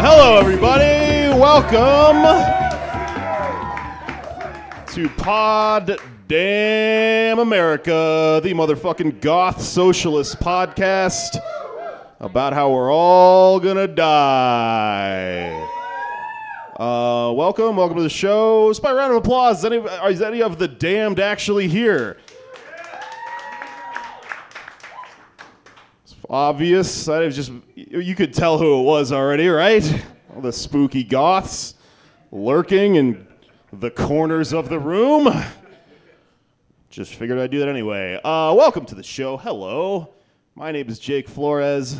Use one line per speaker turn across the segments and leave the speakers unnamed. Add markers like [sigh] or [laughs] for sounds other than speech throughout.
Hello, everybody. Welcome to Pod Damn America, the motherfucking goth socialist podcast about how we're all gonna die. Uh, welcome, welcome to the show. Just by round of applause, is any, is any of the damned actually here? obvious. I was just you could tell who it was already, right? All the spooky goths lurking in the corners of the room. Just figured I'd do that anyway. Uh, welcome to the show. Hello, my name is Jake Flores.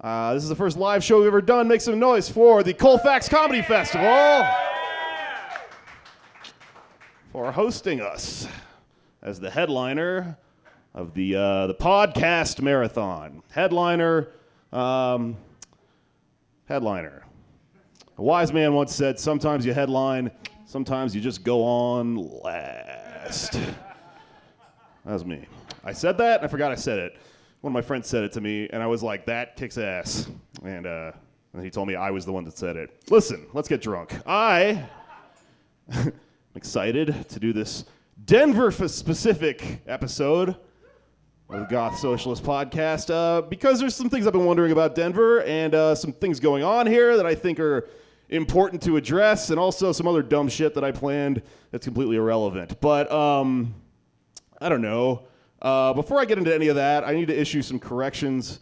Uh, this is the first live show we've ever done. Make some noise for the Colfax Comedy Festival for hosting us as the headliner of the uh, the podcast marathon. Headliner, um, headliner. A wise man once said, "Sometimes you headline, sometimes you just go on last." That was me. I said that, and I forgot I said it. One of my friends said it to me, and I was like, "That kicks ass," and uh, and he told me I was the one that said it. Listen, let's get drunk. I [laughs] I'm excited to do this Denver f- specific episode of the Goth Socialist Podcast uh, because there's some things I've been wondering about Denver and uh, some things going on here that I think are important to address, and also some other dumb shit that I planned that's completely irrelevant. But um, I don't know. Uh, before I get into any of that, I need to issue some corrections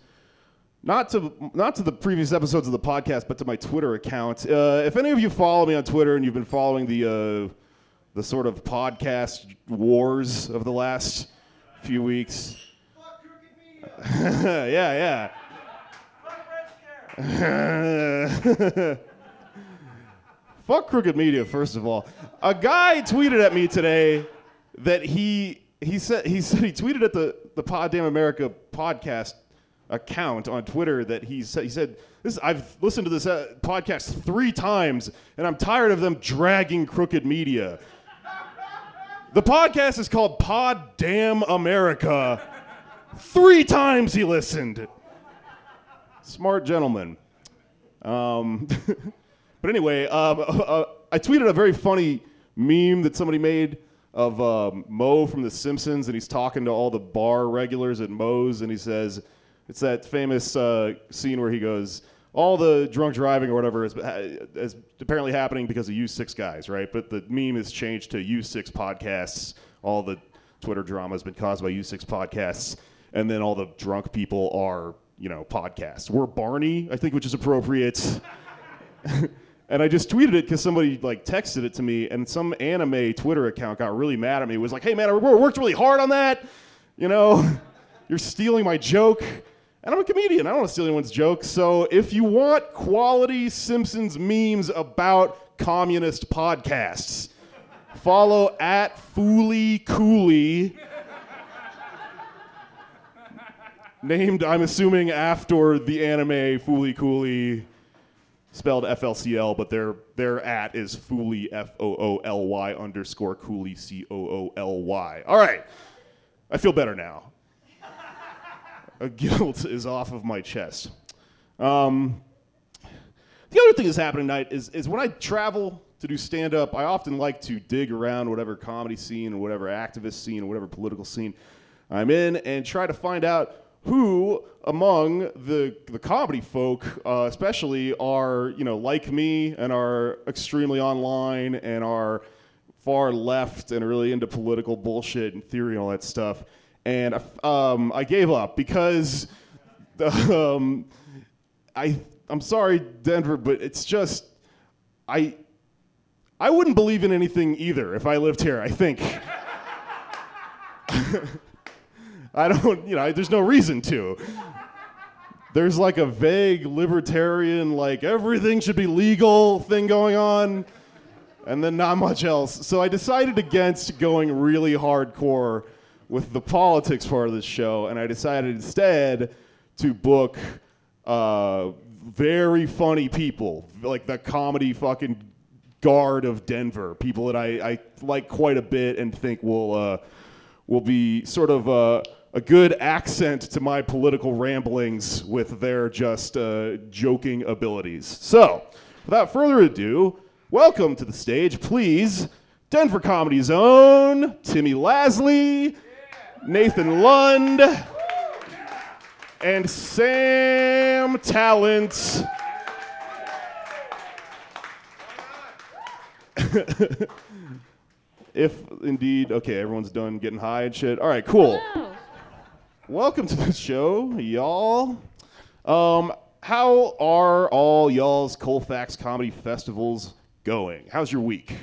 not to not to the previous episodes of the podcast, but to my Twitter account. Uh, if any of you follow me on Twitter and you've been following the uh, the sort of podcast wars of the last few weeks, yeah, [laughs] yeah. [laughs] Fuck crooked media, first of all. A guy tweeted at me today that he he said he said he tweeted at the the Pod Damn America podcast account on Twitter that he said he said this I've listened to this uh, podcast three times and I'm tired of them dragging crooked media. The podcast is called Pod Damn America. Three times he listened. Smart gentleman. Um, [laughs] but anyway, um, [laughs] uh, I tweeted a very funny meme that somebody made of um, Mo from The Simpsons, and he's talking to all the bar regulars at Mo's, and he says, it's that famous uh, scene where he goes, all the drunk driving or whatever is, is apparently happening because of you six guys, right? But the meme has changed to you six podcasts. All the Twitter drama has been caused by you six podcasts, and then all the drunk people are, you know, podcasts. We're Barney, I think, which is appropriate. And I just tweeted it because somebody like texted it to me, and some anime Twitter account got really mad at me. Was like, "Hey man, I wor- worked really hard on that. You know, [laughs] you're stealing my joke." And I'm a comedian. I don't want to steal anyone's joke. So if you want quality Simpsons memes about communist podcasts, follow at Fooly Cooley. [laughs] Named, I'm assuming, after the anime Fooly Cooley spelled FLCL, but their their at is Fooly F O O L Y underscore Cooley C O O L Y. All right, I feel better now. A guilt [laughs] is off of my chest. Um, the other thing that's happening tonight is is when I travel to do stand up, I often like to dig around whatever comedy scene or whatever activist scene or whatever political scene I'm in and try to find out who among the the comedy folk, uh, especially, are you know like me and are extremely online and are far left and really into political bullshit and theory and all that stuff. And um, I gave up because [laughs] um, I I'm sorry, Denver, but it's just I I wouldn't believe in anything either if I lived here. I think [laughs] I don't you know there's no reason to. There's like a vague libertarian like everything should be legal thing going on and then not much else. So I decided against going really hardcore with the politics part of this show, and I decided instead to book uh, very funny people, like the comedy fucking guard of Denver, people that I, I like quite a bit and think will uh, will be sort of uh, a good accent to my political ramblings with their just uh, joking abilities. So, without further ado, welcome to the stage, please, Denver Comedy Zone, Timmy Lasley, Nathan Lund, and Sam Talent. [laughs] if indeed, okay, everyone's done getting high and shit. All right, cool. Welcome to the show, y'all. Um, how are all y'all's Colfax comedy festivals going? How's your week?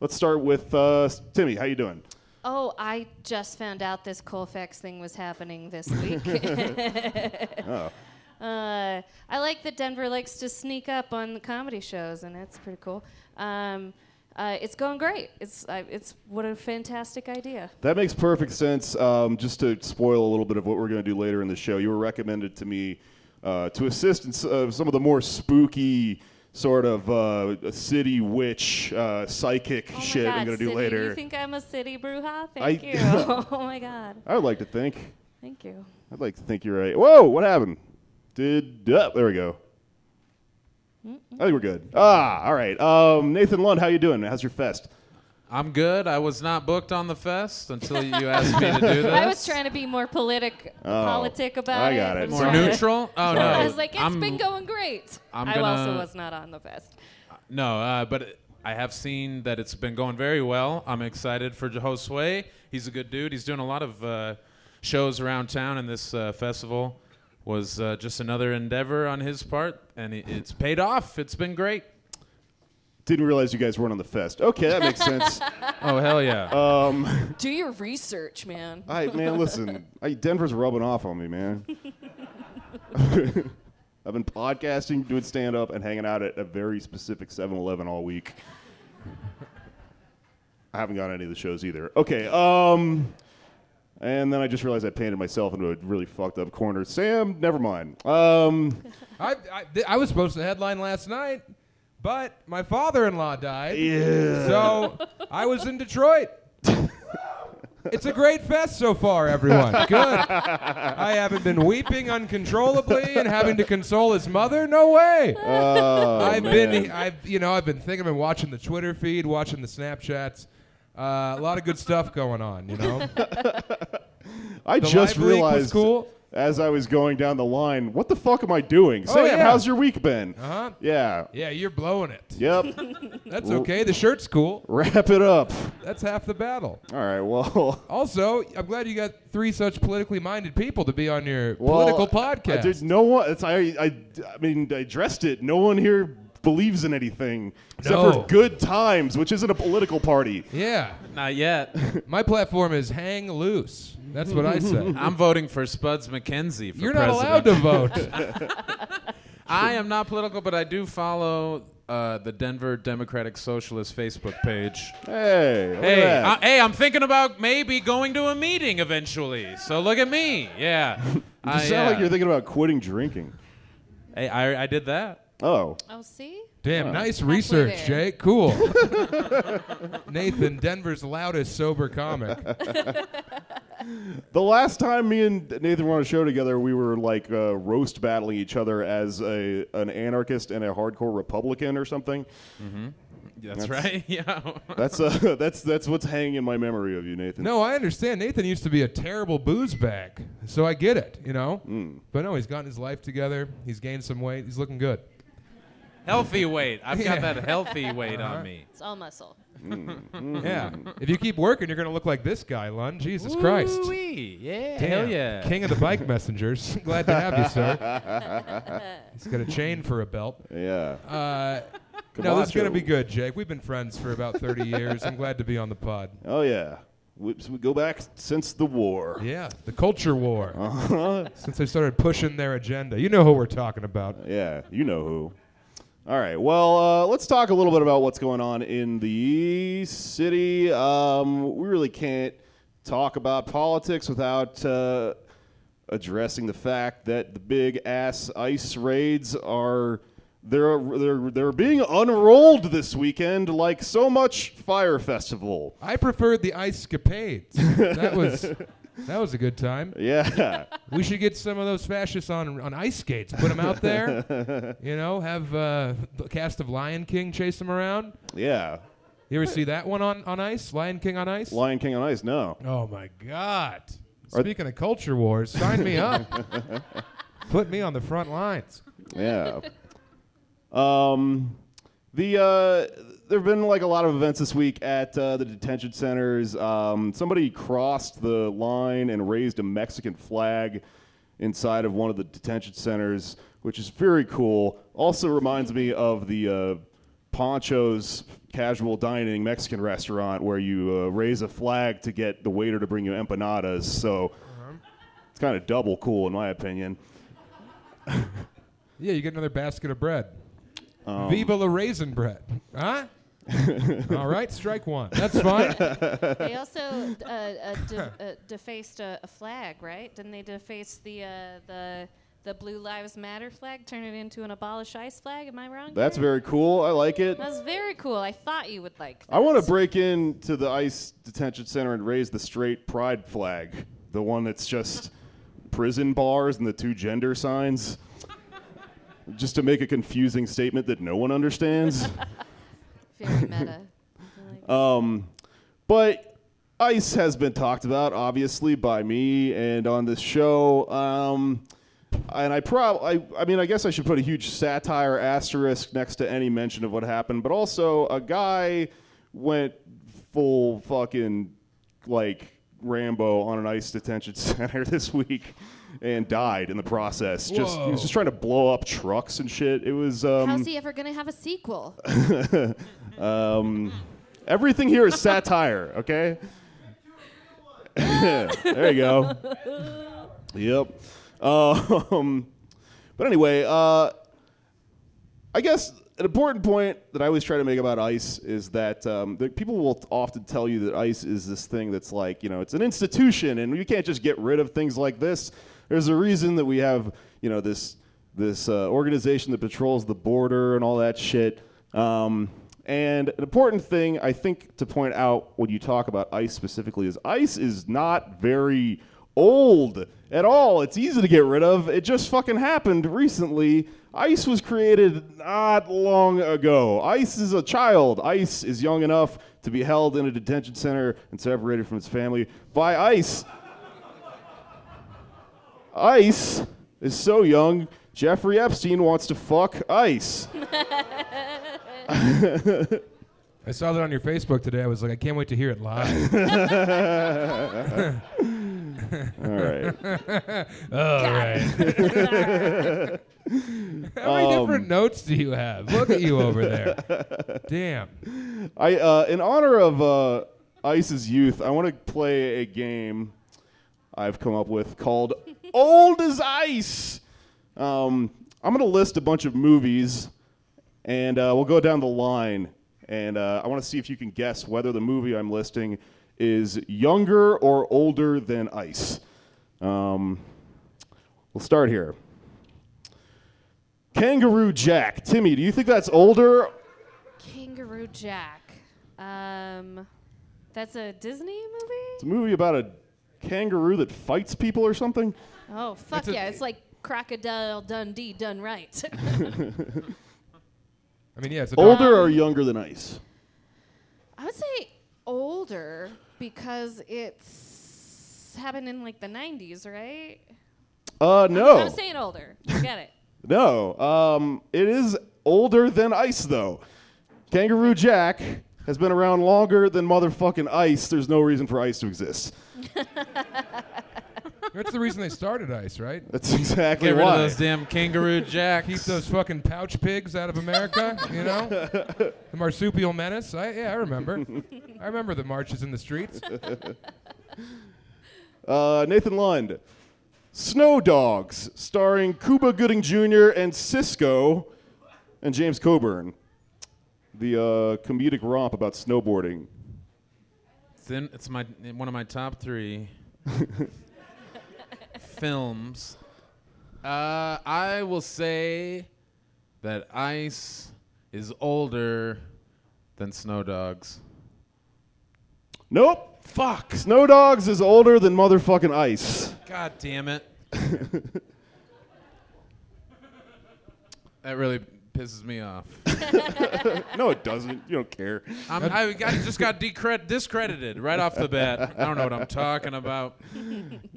Let's start with uh, s- Timmy. How you doing?
Oh, I just found out this Colfax thing was
[laughs]
happening this week.
Oh.
[laughs] uh, I like that Denver likes to sneak up on the comedy shows, and that's pretty cool. Um, uh, it's going great. It's I it's what a fantastic idea.
That makes perfect sense. Um, just to spoil a little bit of what we're going to do later in the show, you were recommended to me uh, to assist in s- uh, some of the more spooky sort of uh, city witch uh, psychic
Oh my
shit
God,
I'm going to do
Sydney,
later.
You think I'm a city bruja? Thank
I- [laughs]
you. [laughs] oh my God.
I would like to think.
Thank you.
I'd like to think you're right. Whoa, what happened? Did up? There we go. I think we're good. Ah, all right. Um, Nathan Lund, how you doing? man? How's your fest?
I'm good. I was not booked on the fest until you asked me to do
[laughs]
this.
I was trying to be more politic, politic about
Oh, I got it.
I'm
More
more
sorry. [laughs]
neutral. Oh no,
I was like, it's
I'm-
been going great.
I'm
I also
gonna-
was not on the fest.
No, uh, but I have seen that it's been going very well. I'm excited for Josue. He's a good dude. He's doing a lot of uh, shows around town, and this uh, festival was uh, just another endeavor on his part, and it, it's paid off. It's been great.
Didn't realize you guys weren't on the fest. Okay, that
[laughs]
makes sense.
Oh hell yeah!
Uh,
Do your research, man.
All right, man, listen. I, Denver's rubbing off on me, man. I've been podcasting, doing stand up, and hanging out at a very specific 7 Eleven all week. I haven't gone to any of the shows either. Okay, um, and then I just realized I painted myself into a really fucked up corner. Sam, never mind. Um,
I, I, th- I was supposed to headline last night, but my father-in-law died. So I was in Detroit. it's a great fest so far, everyone. Good. I haven't been weeping uncontrollably and having to console his mother. No way.
Oh,
I've been, I've, you know, I've been thinking, I've been watching the Twitter feed, watching the Snapchats. Uh, a lot of good stuff going on,
[laughs]
you know.
I
The
just
Live Leak was
realized
cool.
as I was going down the line, what the fuck am I doing? Sam,
Oh, yeah.
how's your week been?
Uh-huh.
Yeah.
Yeah, you're blowing it.
Yep.
[laughs] That's okay. The shirt's cool.
Wrap it up.
That's half the battle.
All right, well.
Also, I'm glad you got three such politically minded people to be on your
Well,
political
I-
podcast.
There's no one. It's, I, I, I mean, I addressed it. No one here believes in anything except
No.
for Good Times, which isn't a political party.
yeah.
not
[laughs]
yet.
My platform is hang loose. That's what I say.
I'm voting for Spuds McKenzie. For
You're not
president.
allowed to vote.
I am not political, but I do follow uh, the Denver Democratic Socialist Facebook page.
Hey, look at
Hey,
that.
I, hey, I'm thinking about maybe going to a meeting eventually. So look at me.
[laughs]
Yeah.
you sound like
uh,
you're thinking about quitting drinking.
hey, I, I did that.
Oh,
Oh, see?
Damn, nice research,
there.
Jake. Cool. Nathan, Denver's loudest sober comic.
the last time me and Nathan were on a show together, we were like uh, roast battling each other as a an anarchist and a hardcore Republican or something.
That's, right. [laughs] Yeah.
That's uh, [laughs] that's that's what's hanging in my memory of you, Nathan.
No, I understand. Nathan used to be a terrible booze bag, so I get it, you know? But no, he's gotten his life together. He's gained some weight. He's looking good.
healthy weight. I've got
Yeah.
that healthy weight
Uh-huh.
on me.
It's all muscle.
Yeah. If you keep working, you're going to look like this guy, Lund. Jesus Christ.
Ooh-wee. Yeah.
Damn.
Hell yeah.
King of
[laughs]
the bike messengers. [laughs] Glad to have you, sir. He's got a chain for a belt.
Yeah.
Uh, no, this is going
Camacho.
to be good, Jake. We've been friends for about 30 years. I'm glad to be on the pod.
Oh yeah. Whoops, we go back since the war.
Yeah, the culture war. Since they started pushing their agenda. You know who we're talking about.
Yeah, you know who. All right. Well, uh, let's talk a little bit about what's going on in the city. Um, we really can't talk about politics without uh, addressing the fact that the big ass ice raids are they're they're they're being unrolled this weekend, like so much fire festival.
I preferred the ice capades. That was That was a good time.
Yeah. [laughs]
We should get some of those fascists on on ice skates. Put them out there. You know, have uh, the cast of Lion King chase them around.
yeah.
You ever see that one on, on ice? Lion King on ice?
Lion King on Ice, no.
Oh my God!
Are-
Speaking of culture wars, sign
[laughs]
me up. Put me on the front lines.
Yeah. um, the uh, there have been like a lot of events this week at uh, the detention centers. Um, somebody crossed the line and raised a Mexican flag inside of one of the detention centers, which is very cool. Also reminds me of the uh, Poncho's casual dining Mexican restaurant where you uh, raise a flag to get the waiter to bring you empanadas. So it's kind of double cool, in my opinion.
Yeah, you get another basket of bread.
Oh.
Viva la raisin bread, huh? All right, strike one. That's fine.
[laughs]
they also uh, uh, de- uh, defaced a, a flag, right? Didn't they deface the uh, the the Blue Lives Matter flag, turn it into an abolish ICE flag? Am I wrong?
That's
there?
very cool. I like it.
That's very cool. I thought you would like. That.
I want to break into the ICE detention center and raise the straight pride flag, the one that's just prison bars and the two gender signs, just to make a confusing statement that no one understands.
very meta.
Um, but ICE has been talked about, obviously, by me and on this show. Um, and I probably, I, I mean, I guess I should put a huge satire asterisk next to any mention of what happened. But also, a guy went full fucking like Rambo on an ICE detention [laughs] center this week and died in the process. Just he was
Whoa.
just trying to blow up trucks and shit. It was [laughs] um,
How's he ever gonna have
[laughs]
a sequel?
um, everything here is satire, okay? [laughs] there you go. Yep. Um, but anyway, uh, I guess an important point that I always try to make about ICE is that um, that people will often tell you that ICE is this thing that's like, you know, it's an institution and you can't just get rid of things like this. There's a reason that we have, you know, this this uh, organization that patrols the border and all that shit. Um, and an important thing I think to point out when you talk about ICE specifically is ICE is not very old at all. It's easy to get rid of. It just fucking happened recently. ICE was created not long ago. ICE is a child. ICE is young enough to be held in a detention center and separated from its family by ICE. ICE is so young, Jeffrey Epstein wants to fuck ICE.
I saw that on your Facebook today. I was like, I can't wait to hear
[laughs]
it live.
All right.
All right. [laughs] How many
Um,
different notes do you have? Look at you over
[laughs]
there. Damn.
I, uh, in honor of uh, Ice's youth, I want to play a game I've come up with called Old as Ice. Um, I'm going to list a bunch of movies, and uh, we'll go down the line. And uh, I want to see if you can guess whether the movie I'm listing is younger or older than Ice. Um, we'll start here. Kangaroo Jack. Timmy, do you think that's older?
Kangaroo Jack. Um, that's a Disney
It's
movie.
a movie about a kangaroo that fights people or something.
Oh fuck
It's a-
yeah! It's like Crocodile Dundee done right. [laughs]
I mean, yeah, it's a dog.
Older or younger than Ice?
I would say older because it's happened in like the 90s, right?
Uh,
I'm
Oh.
no,
saying older. Forget
[laughs]
it.
no. Um, it is older than Ice though. Kangaroo Jack has been around longer than motherfucking Ice. There's no reason for Ice to exist.
That's the reason they started ICE, right?
That's [laughs] exactly
Get rid
why.
of those
[laughs]
damn kangaroo jacks.
Keep those fucking pouch pigs out of America, you know? The marsupial menace. I, yeah, I remember. I remember the marches in the streets.
Uh, Nathan Lund. Snow Dogs, starring Cuba Gooding Jr. and Cisco and James Coburn. The uh, comedic romp about snowboarding.
It's, in, it's my one of my top three films. Uh, I will say that Ice is older than Snow Dogs.
Nope.
Fuck.
Snow Dogs is older than motherfucking ice.
God damn it. that really pisses me off.
[laughs] No, it doesn't. You don't care.
I'm, I got, just got decred- discredited right off the bat. I don't know what I'm talking about.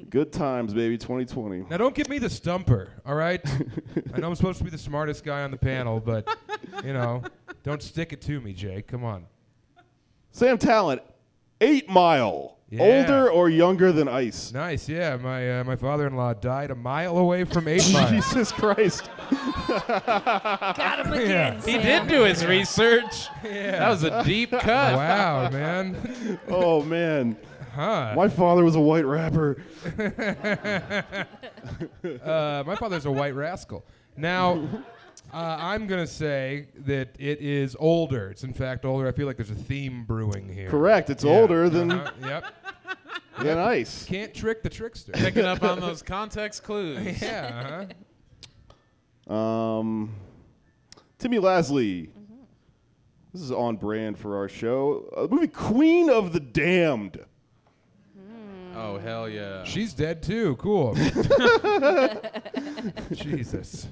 Good times, baby. 2020.
Now don't give me the stumper, all right? I know I'm supposed to be the smartest guy on the panel, but you know, don't stick it to me, Jake. Come on.
Sam Talent, Eight Mile.
Yeah.
Older or younger than ice?
Nice, yeah. My uh, my father-in-law died a mile away from Eight
[laughs]
Mile.
Jesus Christ.
Got him
Yeah.
again.
He
Sam.
did do his research. That was a deep cut.
Wow, man.
Oh, man.
Huh.
My father was a white rapper.
Uh, my father's a white rascal. Now, uh, I'm gonna say that it is older. It's in fact older. I feel like there's a theme brewing here.
Correct. It's
Yeah.
older than,
Uh, yep.
than ice.
Can't trick
[laughs]
the trickster.
Picking up on [laughs] those context clues.
yeah. uh
Um, Timmy Lasley. This is on brand for our show. Uh, the movie Queen of the Damned.
Oh, hell yeah.
She's dead too.
[laughs]
Cool. Jesus.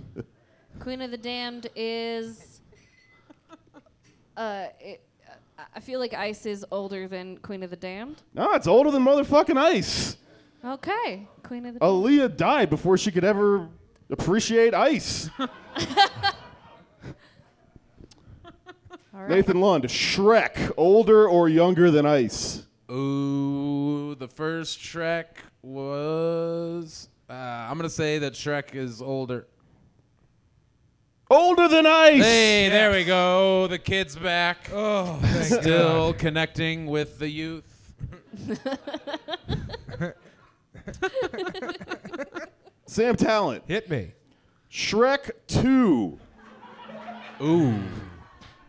Queen of the Damned is. Uh, it, uh, I feel like Ice is older than Queen of the Damned.
No, it's older than motherfucking ice.
Okay, Queen of the
Oh,
Damned.
Aaliyah died before she could ever appreciate ice.
All right.
Nathan Lund, Shrek, older or younger than ice?
Ooh, the first Shrek was. Uh, I'm gonna say that Shrek is older.
Older than ice.
Hey, there we go. The kid's back.
Oh, thank God.
Still connecting with the youth.
Sam Talent,
Hit me.
Shrek 2.
Ooh,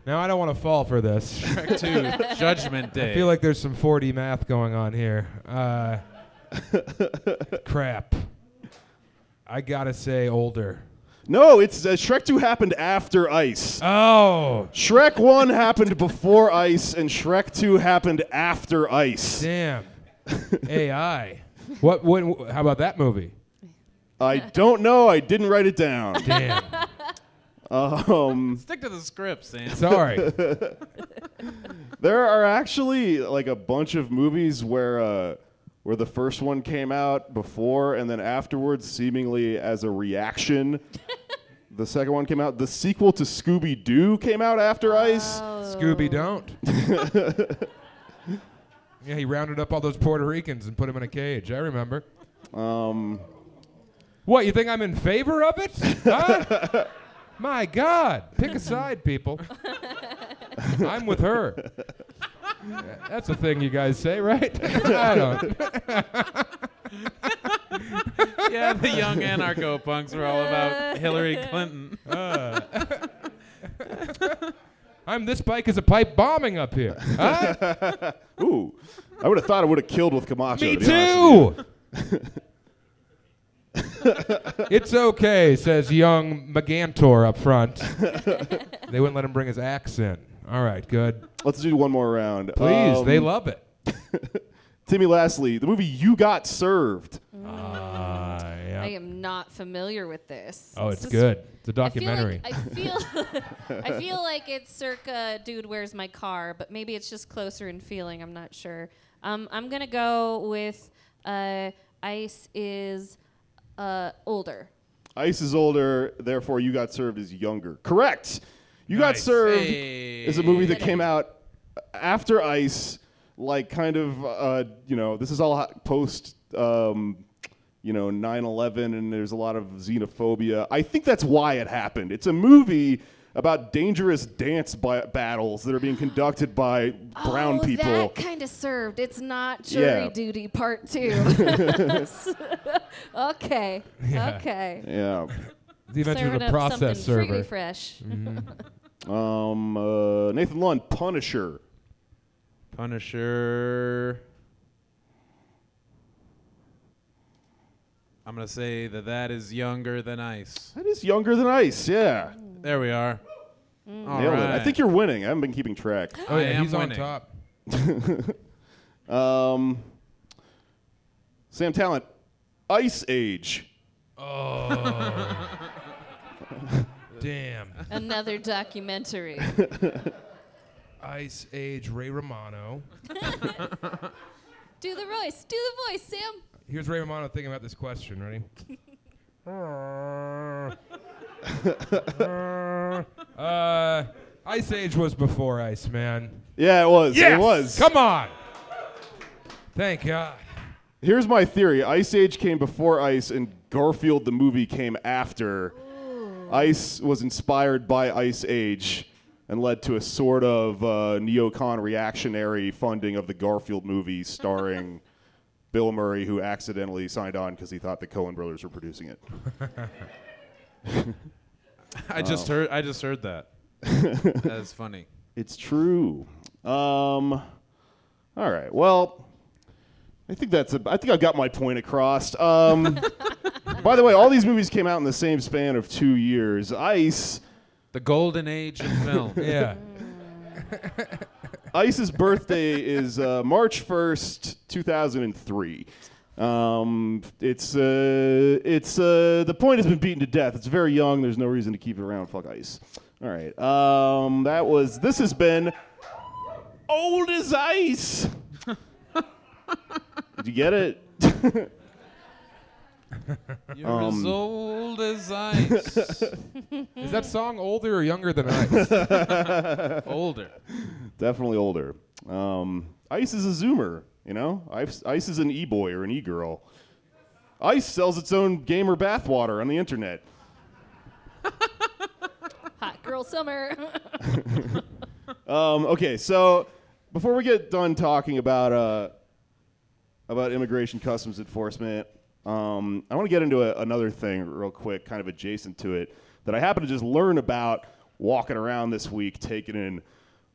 Now I don't want to fall for this.
Shrek Two, [laughs] Judgment Day.
I feel like there's some 4D math going on here. Uh, crap. I gotta say older.
No, it's uh, Shrek 2 happened after ice.
Oh,
Shrek 1 happened before ice, and Shrek 2 happened after ice.
[laughs] damn. AI. What? When? How about that movie?
I don't know. I didn't write it down.
Damn.
Um,
Stick to the script, Sam.
[laughs] Sorry.
there are actually like a bunch of movies where uh, where the first one came out before and then afterwards, seemingly as a reaction. the second one came out. The sequel to Scooby Doo came out after Ice.
Scooby, don't. yeah, he rounded up all those Puerto Ricans and put them in a cage. I remember.
Um,
What? You think I'm in favor of it? Huh? My God, pick a side, people. I'm with her. That's a thing you guys say, right? [laughs] I don't.
[laughs] Yeah, the young anarcho punks were all about Hillary Clinton.
I'm this bike is a pipe bombing up here. Huh?
ooh, I would have thought I would have killed with Camacho.
Me
to be honest with you.
too. [laughs] it's okay, says young Megantor up front. they wouldn't let him bring his axe in. All right, good.
Let's do one more round.
Please,
Um,
they love it.
Timmy Lastly, the movie You Got Served.
Ah, yeah.
Oh. I am not familiar with this.
Oh,
Is
it's
this-
good. It's a
I feel like-
documentary.
I feel, I feel [laughs] like it's circa "Dude, where's my car?" But maybe it's just closer in feeling. I'm not sure. Um, I'm gonna go with uh, Ice is uh, older.
Ice is older, therefore You Got Served is younger. Correct. You Got
Nice.
Served
Hey.
is a movie that came out after Ice, like kind of, uh, you know, this is all ho- post, um, you know, 9 11, and there's a lot of xenophobia. I think that's why it happened. It's a movie about dangerous dance bi- battles that are being conducted by brown
oh,
people.
That kind of served. It's not jury
Yeah.
duty part two. [laughs] okay.
Yeah.
Okay.
Yeah.
the Adventures of
Serving
a
up something
Process
freaky
Server.
fresh.
Um, uh, Nathan Lund, Punisher.
Punisher. I'm gonna say that that is younger than Ice.
That is younger than Ice, yeah.
There we are. All
Mm. Nailed it. I
right.
think you're winning. I haven't been keeping track.
Oh
I
yeah,
am
he's
winning.
on top.
Um, Sam Talent, Ice Age.
Damn.
Another [laughs] documentary.
Ice Age Ray Romano.
do the voice. Do the voice, Sam.
Here's Ray Romano thinking about this question. Ready? uh, Ice Age was before Ice Man.
Yeah, it was.
Yes!
It was.
Come on. Thank God.
Here's my theory Ice Age came before Ice, and Garfield the movie came after. Ice was inspired by Ice Age and led to a sort of uh, neocon reactionary funding of the Garfield movie starring Bill Murray, who accidentally signed on because he thought the Coen brothers were producing it.
I just heard. I just heard that.
[laughs]
That's funny.
It's true. Um, all right. Well, I think that's. A, I think I got my point across. Um, [laughs] by the way, all these movies came out in the same span of two years. Ice.
The golden age of
[laughs]
film.
Yeah.
Ice's birthday is uh, March first, two thousand and three. Um, it's uh, it's uh, the point has been beaten to death. It's very young. There's no reason to keep it around. Fuck ice. All right. Um, that was. This has been old as ice. [laughs] Did you get it? [laughs]
You're
Um,
as old as
[laughs]
ice.
Is that song older or younger than Ice?
Older.
Definitely older. Um, ice is a zoomer. You know, ice, ice is an e-boy or an e-girl. Ice sells its own gamer bathwater on the internet.
Hot girl summer. [laughs]
Um, okay, so before we get done talking about uh, about immigration customs enforcement, um, I want to get into a, another thing real quick, kind of adjacent to it, that I happen to just learn about walking around this week, taking in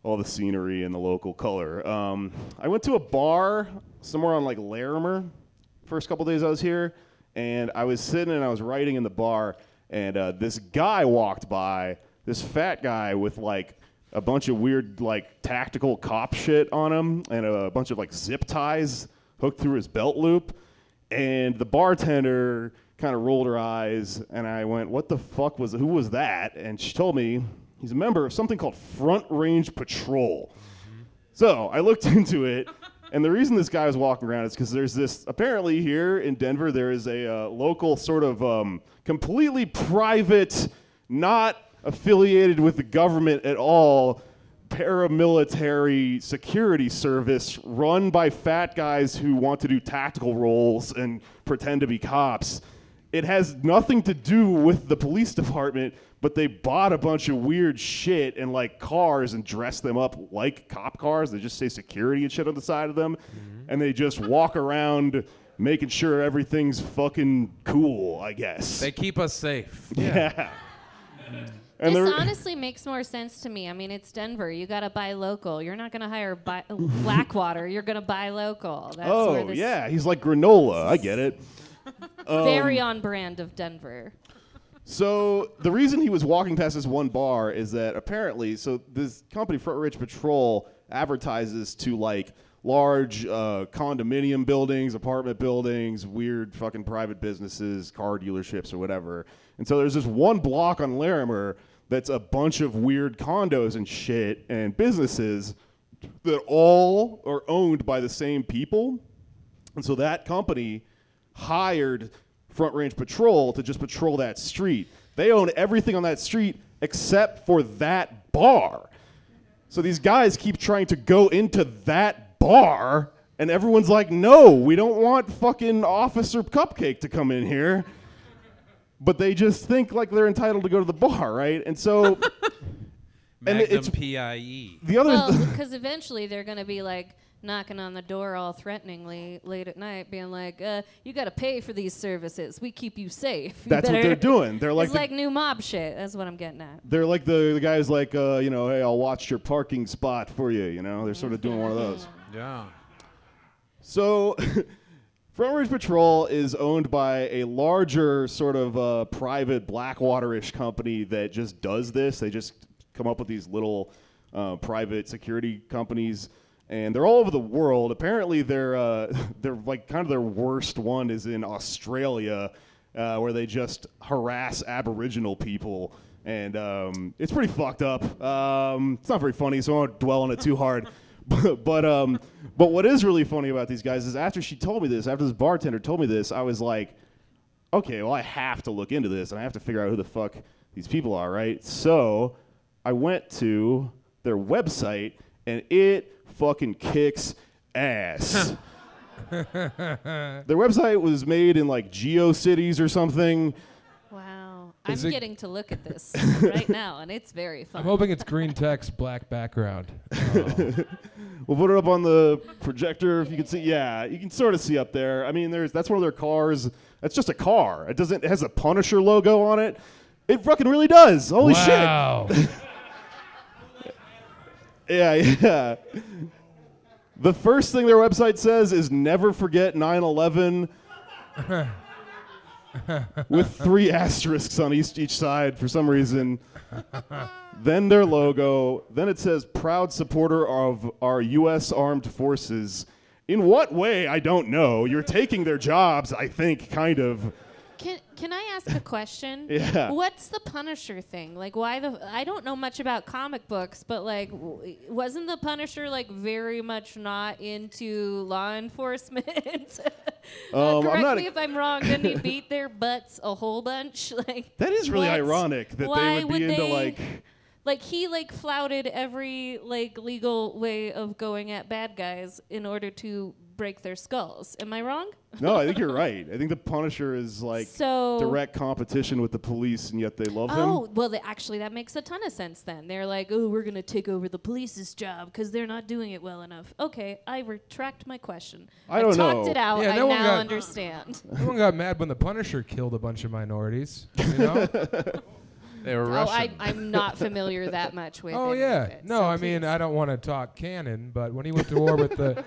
all the scenery and the local color. Um, I went to a bar somewhere on like Larimer. First couple days I was here, and I was sitting and I was writing in the bar, and uh, this guy walked by, this fat guy with like a bunch of weird like tactical cop shit on him and a bunch of like zip ties hooked through his belt loop and the bartender kind of rolled her eyes and i went what the fuck was who was that and she told me he's a member of something called front range patrol so I looked [laughs] into it, and the reason this guy was walking around is because there's this. Apparently, here in Denver, there is a uh, local sort of um, completely private, not affiliated with the government at all, paramilitary security service run by fat guys who want to do tactical roles and pretend to be cops. It has nothing to do with the police department, but they bought a bunch of weird shit and like cars and dressed them up like cop cars. They just say security and shit on the side of them, and they just walk around making sure everything's fucking cool. I guess. [laughs]
They keep us safe.
yeah. And
this
they're-
honestly makes more sense to me. I mean, it's Denver. You got to buy local. You're not going to
[laughs]
hire bi- Blackwater. You're going to buy local. That's where
oh
this
yeah, he's like granola. I get it.
very
Um,
on brand
[laughs]
of Denver.
So the reason he was walking past this one bar is that apparently, so this company Front Ridge Patrol advertises to like large uh, condominium buildings, apartment buildings, weird fucking private businesses, car dealerships or whatever. And so there's this one block on Larimer that's a bunch of weird condos and shit and businesses that all are owned by the same people. And so that company hired Front Range Patrol to just patrol that street. They own everything on that street except for that bar. So these guys keep trying to go into that bar, and everyone's like, no, we don't want fucking Officer Cupcake to come in here. But they just think like they're entitled to go to the bar, right? And
[laughs]
so And
Magnum E.
it's-
PIE.
the other.
Well, because eventually they're going to be like knocking on the door all threateningly late at night, being like, uh, "You got to pay for these services. We keep you safe."
[laughs]
You
That's what
better-
they're doing. They're like
it's
the-
like new mob shit. That's what I'm getting at.
they're like the, the guys like uh, you know hey i'll watch your parking spot for you you know they're sort of doing one of those
Yeah.
so [laughs] front ridge patrol is owned by a larger sort of uh, private blackwater-ish company that just does this they just come up with these little uh, private security companies and they're all over the world. Apparently, they're uh, [laughs] they're like kind of their worst one is in Australia, uh, where they just harass Aboriginal people, and um, it's pretty fucked up. Um, it's not very funny, so I won't dwell on it too hard. [laughs] But but, um, but what is really funny about these guys is after she told me this, after this bartender told me this, I was like, okay, well I have to look into this, and I have to figure out who the fuck these people are, right? So I went to their website, and it fucking kicks ass. Their website was made in like GeoCities or something.
Wow.
Is
I'm
it-
getting to look
[laughs]
at this right now, and it's very
I'm
fun.
hoping it's green text, black background.
We'll put it up on the projector if you can see. Yeah, you can sort of see up there. I mean, there's that's one of their cars. That's just a car. It doesn't. It has a Punisher logo on it. It fucking really does. Holy
wow.
shit. Yeah, [laughs] yeah. The first thing their website says is never forget 9/11. with three asterisks on each each side for some reason. then their logo. Then it says proud supporter of our U.S. armed forces. In what way? I don't know. You're taking their jobs, I think, kind of.
Can Can I ask a question?
[laughs] Yeah.
What's the Punisher thing? Like, why the? I don't know much about comic books, but like, w- wasn't the Punisher like very much not into law enforcement? [laughs] uh,
Um, I'm
correct
not
me
a-
if I'm wrong. Didn't he beat their butts a whole bunch? [laughs] Like
That is really
what?
ironic that
Why
they would be into
they-
like.
Like he like flouted every like legal way of going at bad guys in order to break their skulls. Am I wrong?
No, I think you're right. I think the Punisher is like
So-
direct competition with the police, and yet they love him.
Oh, well, th- actually, that makes a ton of sense then. They're like, oh, we're going to take over the police's job because they're not doing it well enough. Okay, I retract my question.
I don't
talked
know.
it out.
Yeah,
I
no one
now
got- [laughs]
understand.
Everyone got mad when the Punisher killed a bunch of minorities. You know?
They were
oh,
Russian.
I, I'm not familiar that much with
[laughs] oh
any
yeah.
of it,
No,
so
I mean
please.
I don't want to talk canon, but when he went to war
[laughs]
with the,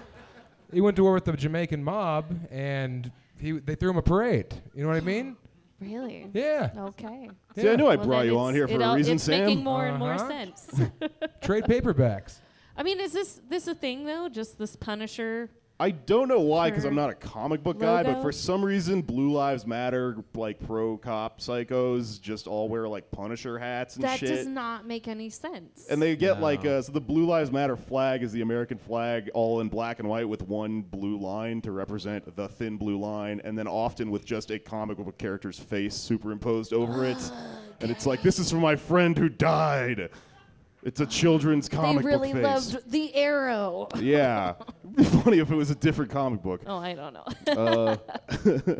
he went to war with the Jamaican mob, and he they threw him a parade. You know what
[gasps]
I mean?
Really?
Yeah.
Okay.
See, I knew I
Well,
brought
then
you
it's-
on here for
it
a
all-
reason,
it's
Sam.
making more and more
Uh-huh.
sense. [laughs]
Trade paperbacks.
I mean, is this this a thing though? Just this Punisher?
I don't know why, because
Her
I'm not a comic book guy, but
logo?
for some reason, Blue Lives Matter, like pro cop psychos, just all wear like Punisher hats and
That
shit.
does not make any sense.
and they get like
No.
uh, so the Blue Lives Matter flag is the American flag, all in black and white, with one blue line to represent the thin blue line, and then often with just a comic book character's face superimposed over it.
[gasps]
And it's like this is for my friend who died. It's a children's
they
comic
really
book face.
loved the arrow. [laughs]
yeah, It'd be funny if it was a different comic book.
Oh, I don't know. [laughs]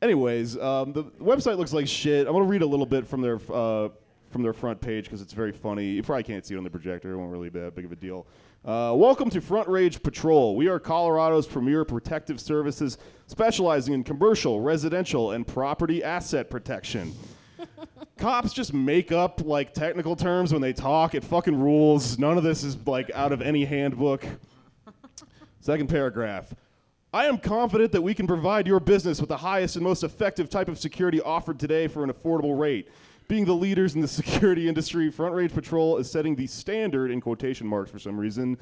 Anyways, um, the website looks like shit. I'm gonna read a little bit from their uh, from their front page because it's very funny. You probably can't see it on the projector. It won't really be that big of a deal. Uh, welcome to Front Rage Patrol. We are Colorado's premier protective services, specializing in commercial, residential, and property asset protection. [laughs] Cops just make up like technical terms when they talk. It fucking rules. None of this is like out of any handbook. Second paragraph. I am confident that we can provide your business with the highest and most effective type of security offered today for an affordable rate. Being the leaders in the [laughs] security industry, Front Range Patrol is setting the standard in quotation marks for some reason.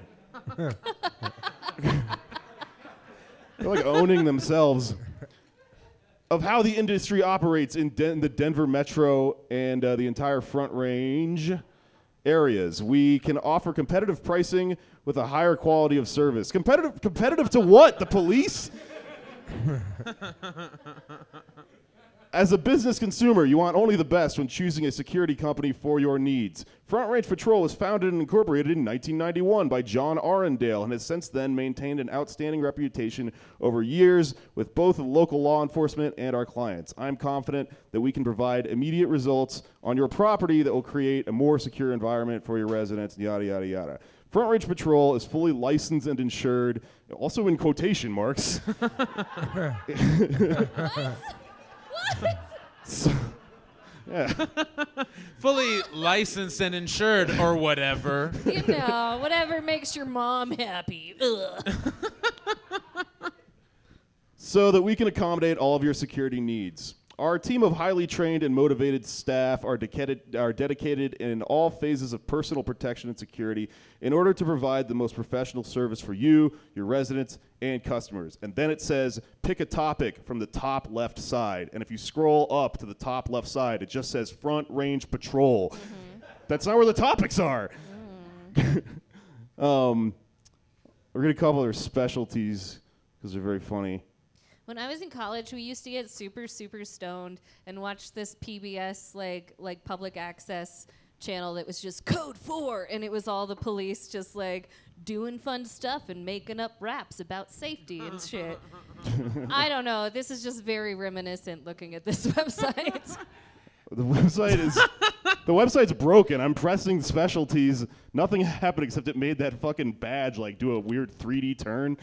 [laughs] They're like owning themselves of how the industry operates in Den- the Denver metro and uh, the entire Front Range areas. We can offer competitive pricing with a higher quality of service. Competitive, competitive to what? The police? As a business consumer, you want only the best when choosing a security company for your needs. Front Range Patrol was founded and incorporated in 1991 by John Arendale and has since then maintained an outstanding reputation over years with both the local law enforcement and our clients. I'm confident that we can provide immediate results on your property that will create a more secure environment for your residents, yada, yada, yada. Front Range Patrol is fully licensed and insured, also in quotation marks.
Fully licensed and insured or
[laughs]
whatever.
you know, whatever makes your mom happy. Ugh.
so that we can accommodate all of your security needs. Our team of highly trained and motivated staff are, dedicated are dedicated in all phases of personal protection and security in order to provide the most professional service for you, your residents, and customers. And then it says pick a topic from the top left side. And if you scroll up to the top left side, it just says Front Range Patrol. That's not where the topics are. [laughs] um, we're going to call their specialties because they're very funny.
When I was in college, we used to get super, super stoned and watch this PBS like like public access channel that was just Code Four, and it was all the police just like doing fun stuff and making up raps about safety and shit. I don't know. This is just very reminiscent looking at this [laughs] website.
The website is the website's broken. I'm pressing specialties. Nothing happened except it made that fucking badge like do a weird 3D turn.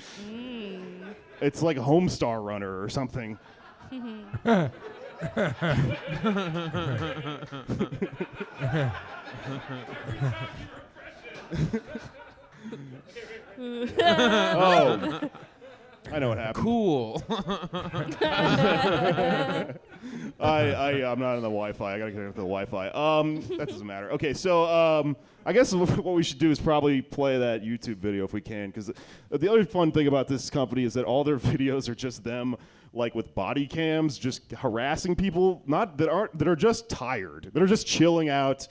It's like a Homestar Runner or something. [laughs] Oh. oh, I know what happened.
Cool.
I, I I'm not on the Wi-Fi. I gotta connect to the Wi-Fi. Um, that doesn't matter. Okay, so um, I guess [laughs] what we should do is probably play that YouTube video if we can, because the, the other fun thing about this company is that all their [laughs] videos are just them, like with body cams, just harassing people, not that aren't that are just tired, that are just chilling out,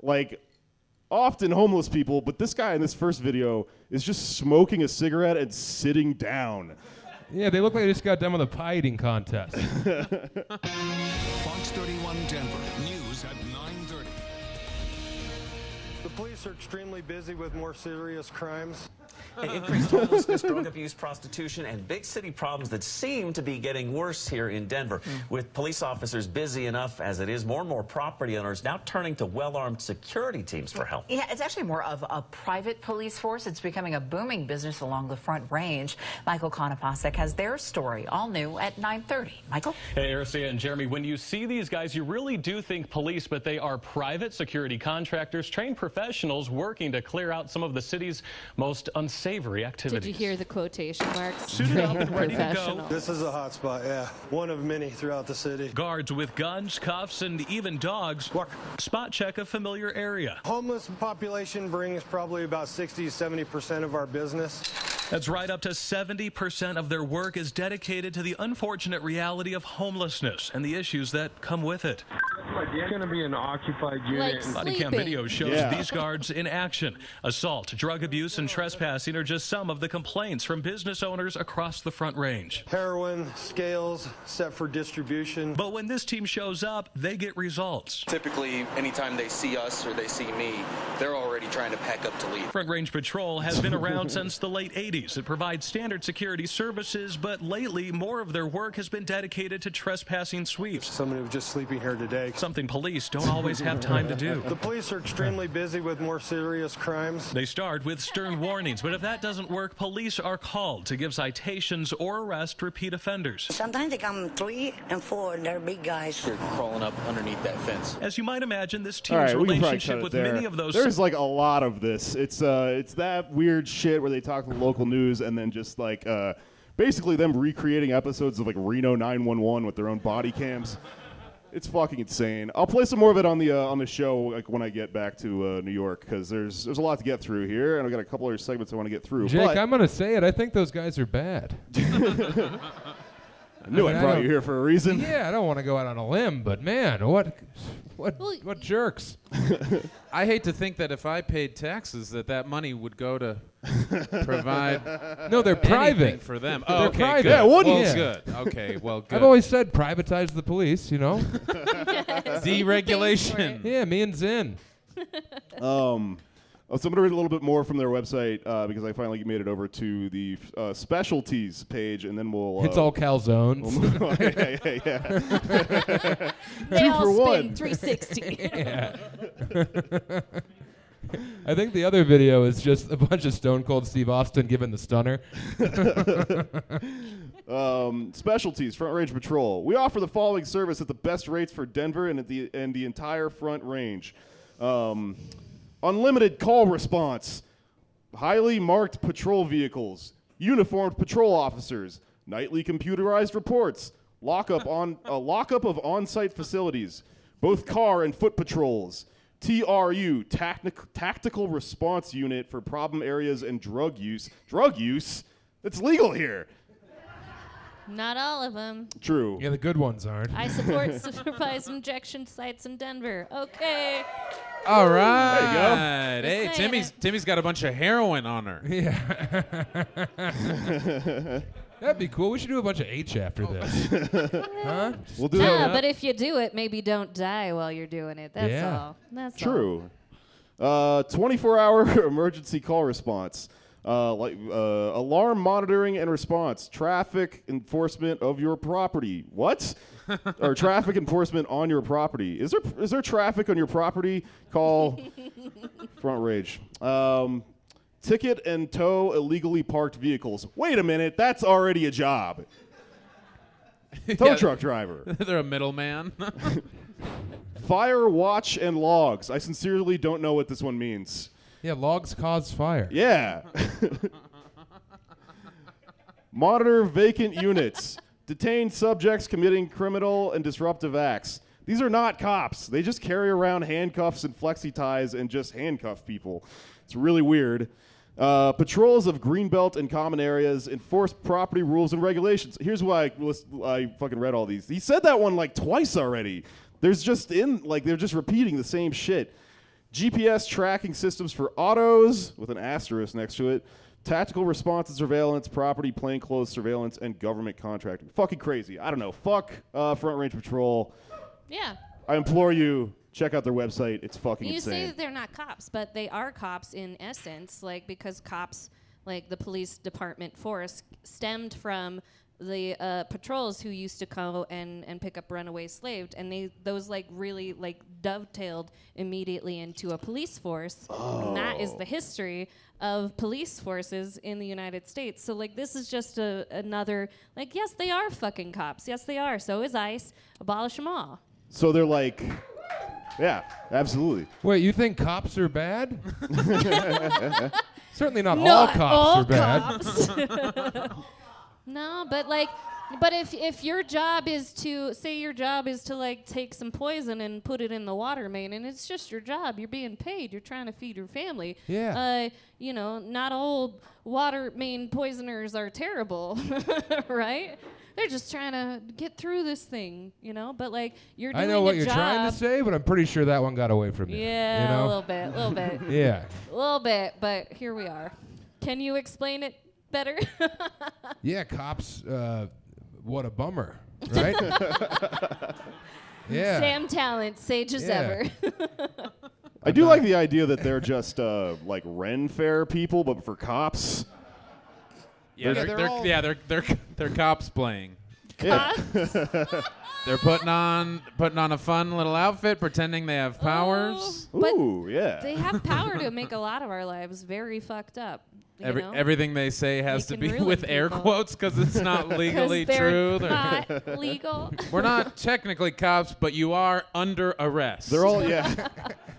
like often homeless people. But this guy in this first video is just smoking a cigarette and sitting down.
Yeah, they look like they just got done with a pie
[laughs]
eating contest.
Fox 31 Denver, news at 9:30.
The police are extremely busy with more serious crimes.
The [laughs] increased homelessness, drug abuse, prostitution, and big city problems that seem to be getting worse here in Denver. With police officers busy enough as it is, more and more property owners now turning to well armed security teams for help.
Yeah, it's actually more of a private police force. It's becoming a booming business along the Front Range. Michael Konopasek has their story, all new at 9:30. Michael,
Hey, Arcia and Jeremy, when you see these guys, you really do think police, but they are private security contractors, trained professionals working to clear out some of the city's most unsavory
Did
activities.
you hear the quotation marks?
Suited up,
[laughs]
ready to go.
Professional.
This is a hotspot, yeah. One of many throughout the city.
Guards with guns, cuffs, and even dogs
Walk.
spot check a familiar area.
Homeless population brings probably about 60 70% of our business.
That's right, up to 70% of their work is dedicated to the unfortunate reality of homelessness and the issues that come with it.
It's going to be an occupied
Like
unit.
Body cam
sleeping.
video shows
Yeah.
these guards in action. Assault, drug abuse, and trespassing are just some of the complaints from business owners across the Front Range.
Heroin, scales, set for distribution.
But when this team shows up, they get results.
Typically, anytime they see us or they see me, they're already trying to pack up to leave.
Front Range Patrol has been around since the late 80s. It provides standard security services, but lately more of their work has been dedicated to trespassing sweeps,
Somebody was just sleeping here today.
something police don't always have time to do.
The police are extremely busy with more serious crimes.
They start with stern warnings, but if that doesn't work, police are called to give citations or arrest repeat offenders.
Sometimes they come three and four, and they're big guys.
They're crawling up underneath that fence.
As you might imagine, this
All
team's
right, we can probably cut
relationship
it
with
there.
many of those
There's like a lot of this. It's uh, it's that weird shit where they talk to local news and then just like uh, basically them recreating episodes of like Reno 911 with their own body cams. It's fucking insane. I'll play some more of it on the uh, on the show like when I get back to uh, New York because there's there's a lot to get through here and I've got a couple other segments I want to get through.
Jake,
but
I'm gonna say it. I think those guys are
[laughs]
bad.
I knew I
I
brought
don't-
you here for a reason.
yeah, I don't want to go out on a limb, but man, what, what,
Well, [laughs]
what jerks?
I hate to think that if I paid taxes, that that money would go
[laughs]
to provide
No, they're
anything
private.
for them.
They're
Oh, okay,
private.
good.
Yeah, it wouldn't.
Well,
Yeah.
good. Okay, well, good.
I've always said privatize the police.
[laughs]
You know?
deregulation.
yeah, me and Zin.
Uh, so I'm going to read a little bit more from their website uh, because I finally made it over to the uh, specialties page, and then we'll. Uh,
It's all calzones.
[laughs] yeah, yeah, yeah.
They all
for
spin
one.
360.
I think the other video is just a bunch of Stone Cold Steve Austin giving the stunner.
Specialties, Front Range Patrol. We offer the following service at the best rates for Denver and at the and the entire Front Range. Um, unlimited call response, highly marked patrol vehicles, uniformed patrol officers, nightly computerized reports, lockup on a lockup of on-site facilities, both car and foot patrols, TRU tactic, tactical response unit for problem areas and drug use. Drug use that's legal here.
Not all of them.
True.
Yeah, the good ones aren't.
I support [laughs] supervised injection sites in Denver. Okay.
All
right.
There you go.
Hey,
Just saying
Timmy's Timmy's got a bunch of heroin on her. [laughs]
Yeah. That'd be cool. We should do a bunch of H after this. huh?
We'll
do
Yeah, but if you do it, maybe don't die while you're doing it. That's
Yeah.
all. That's all.
True. Uh, [laughs] 24-hour emergency call response, uh, like uh, alarm monitoring and response, traffic enforcement of your property. What? or traffic enforcement on your property? Is there is there traffic on your property? Call front rage. Um, ticket and tow illegally parked vehicles. Wait a minute, that's already a job. Tow
Yeah.
truck driver.
They're a middleman. [laughs]
Fire watch and logs. I sincerely don't know what this one means.
Yeah, logs cause fire.
Yeah. [laughs] Monitor vacant units. Detain subjects committing criminal and disruptive acts. These are not cops. They just carry around handcuffs and flexi ties and just handcuff people. It's really weird. Uh, patrols of greenbelt and common areas enforce property rules and regulations. Here's why I, list, I fucking read all these. He said that one like twice already. There's just in like they're just repeating the same shit. GPS tracking systems for autos with an asterisk next to it. Tactical response and surveillance, property, plainclothes surveillance, and government contracting. Fucking crazy. I don't know. Fuck uh, Front Range Patrol.
Yeah.
I implore you, check out their website. It's fucking
You say
insane.
that they're not cops, but they are cops in essence, like because cops, like the police department force, stemmed from the uh, patrols who used to go and, and pick up runaway slaves, and they those like really like dovetailed immediately into a police force, and that is
Oh.
the history of police forces in the United States. So like this is just a, another like yes they are fucking cops, yes they are. So is ICE. Abolish them all.
so they're like, yeah, absolutely.
Wait, you think cops are bad? Certainly not, all
Not
cops
all
are bad. [laughs]
cops. no, but like, but if if your job is to say your job is to like take some poison and put it in the water main, and it's just your job, you're being paid, you're trying to feed your family.
Yeah.
Uh, you know, not all water main poisoners are terrible, [laughs] right? They're just trying to get through this thing, you know. But like, you're doing
I know what
a
you're
job.
trying to say, but I'm pretty sure that one got away from you.
Yeah,
you know?
a little bit, a little
[laughs]
bit.
Yeah.
A little bit, but here we are. Can you explain it better? [laughs]
Yeah, cops. Uh, what a bummer,
[laughs]
right? yeah.
Sam Talent, sage as
Yeah.
ever.
I do like the idea that they're just uh, like Ren Fair people, but for cops.
yeah, they're, they're, yeah, they're they're [laughs] they're cops playing.
Yeah.
Uh,
[laughs]
they're putting on putting on a fun little outfit, pretending they have powers.
[laughs] but
Ooh, yeah.
they have power to make a lot of our lives very fucked up. You
Every,
know?
everything they say has
They
to
can
be
ruin
with air
people.
quotes because
[laughs]
it's not
'Cause
legally
they're
true. They're-
[laughs]
Not legal.
We're not technically cops, but you are under arrest.
They're
[laughs]
all yeah.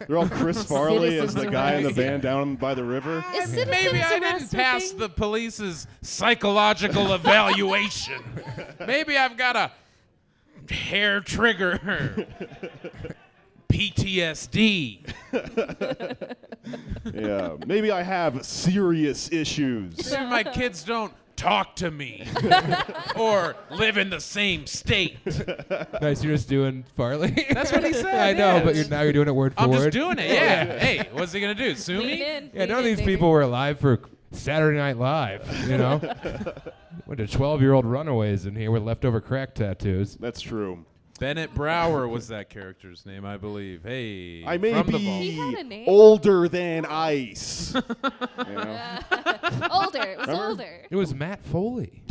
They're all Chris Farley as
Citizens
the guy in the
arrest.
van down by the river.
Is
Maybe
citizens
I
arrest
didn't
a
pass
thing?
the police's
[laughs]
psychological evaluation. Maybe I've got a hair trigger.
[laughs]
PTSD.
yeah, maybe I have serious issues.
Maybe my kids don't talk to me or live in the same state.
Nice, you're just doing Farley.
That's
[laughs]
what he said,
I know,
yeah.
but you're, now you're doing it word for
I'm
word. Oh,
just doing it. Yeah. Hey, what's he gonna do?
[laughs]
Sue me?
Yeah, none of these people were alive for Saturday Night Live,
[laughs]
you know? Went to 12 year old runaways in here with leftover crack tattoos.
That's true.
Bennett Brower was that character's name, I believe. Hey,
I may
from the
be
vault.
a name.
older than ice. [laughs] You know?
older. It was
Remember?
older.
It was Matt Foley.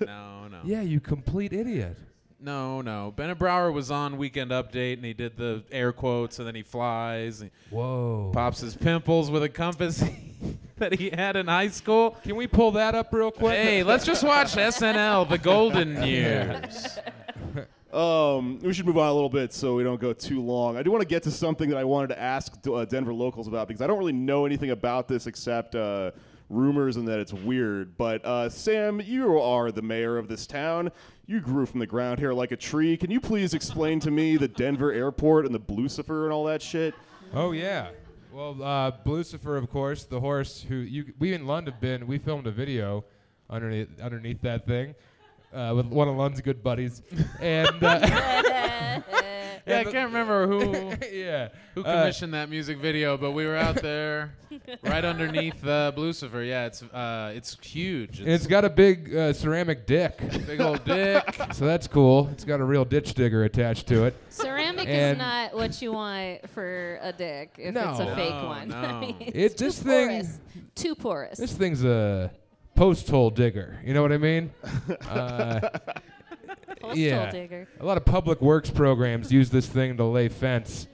No, no.
Yeah, you complete idiot.
No, no. Bennett Brower was on Weekend Update, and he did the air quotes, and then he flies. And
Whoa.
Pops his pimples with a compass [laughs] that he had in high school.
Can we pull that up real quick?
Hey, let's just watch SNL, The Golden Years.
Um, we should move on a little bit so we don't go too long. I do want to get to something that I wanted to ask uh, Denver locals about because I don't really know anything about this except uh, rumors and that it's weird. But uh, Sam, you are the mayor of this town. You grew from the ground here like a tree. Can you please explain to me the Denver airport and the Blucifer and all that shit?
Oh yeah. Well, uh, Lucifer, of course, the horse who you, we in Lund have been. We filmed a video underneath underneath that thing uh, with one of Lund's good buddies, and [laughs] uh,
Yeah, I can't remember who.
[laughs] yeah,
who
Uh,
commissioned that music video? But we were out
[laughs]
there, right underneath uh, Lucifer. Yeah, it's uh, it's huge.
and it's got a big uh, ceramic dick,
big old dick.
so that's cool. It's got a real ditch digger attached to it.
Ceramic is
And-
not what you want for a dick if it's a
No.
fake
No,
one. [laughs]
no.
I mean, it's
It-
too
this thing-
porous. Too porous.
This thing's a post hole digger. You know what I mean? Uh,
Post-hole digger.
A lot of public works programs use this thing to lay fence.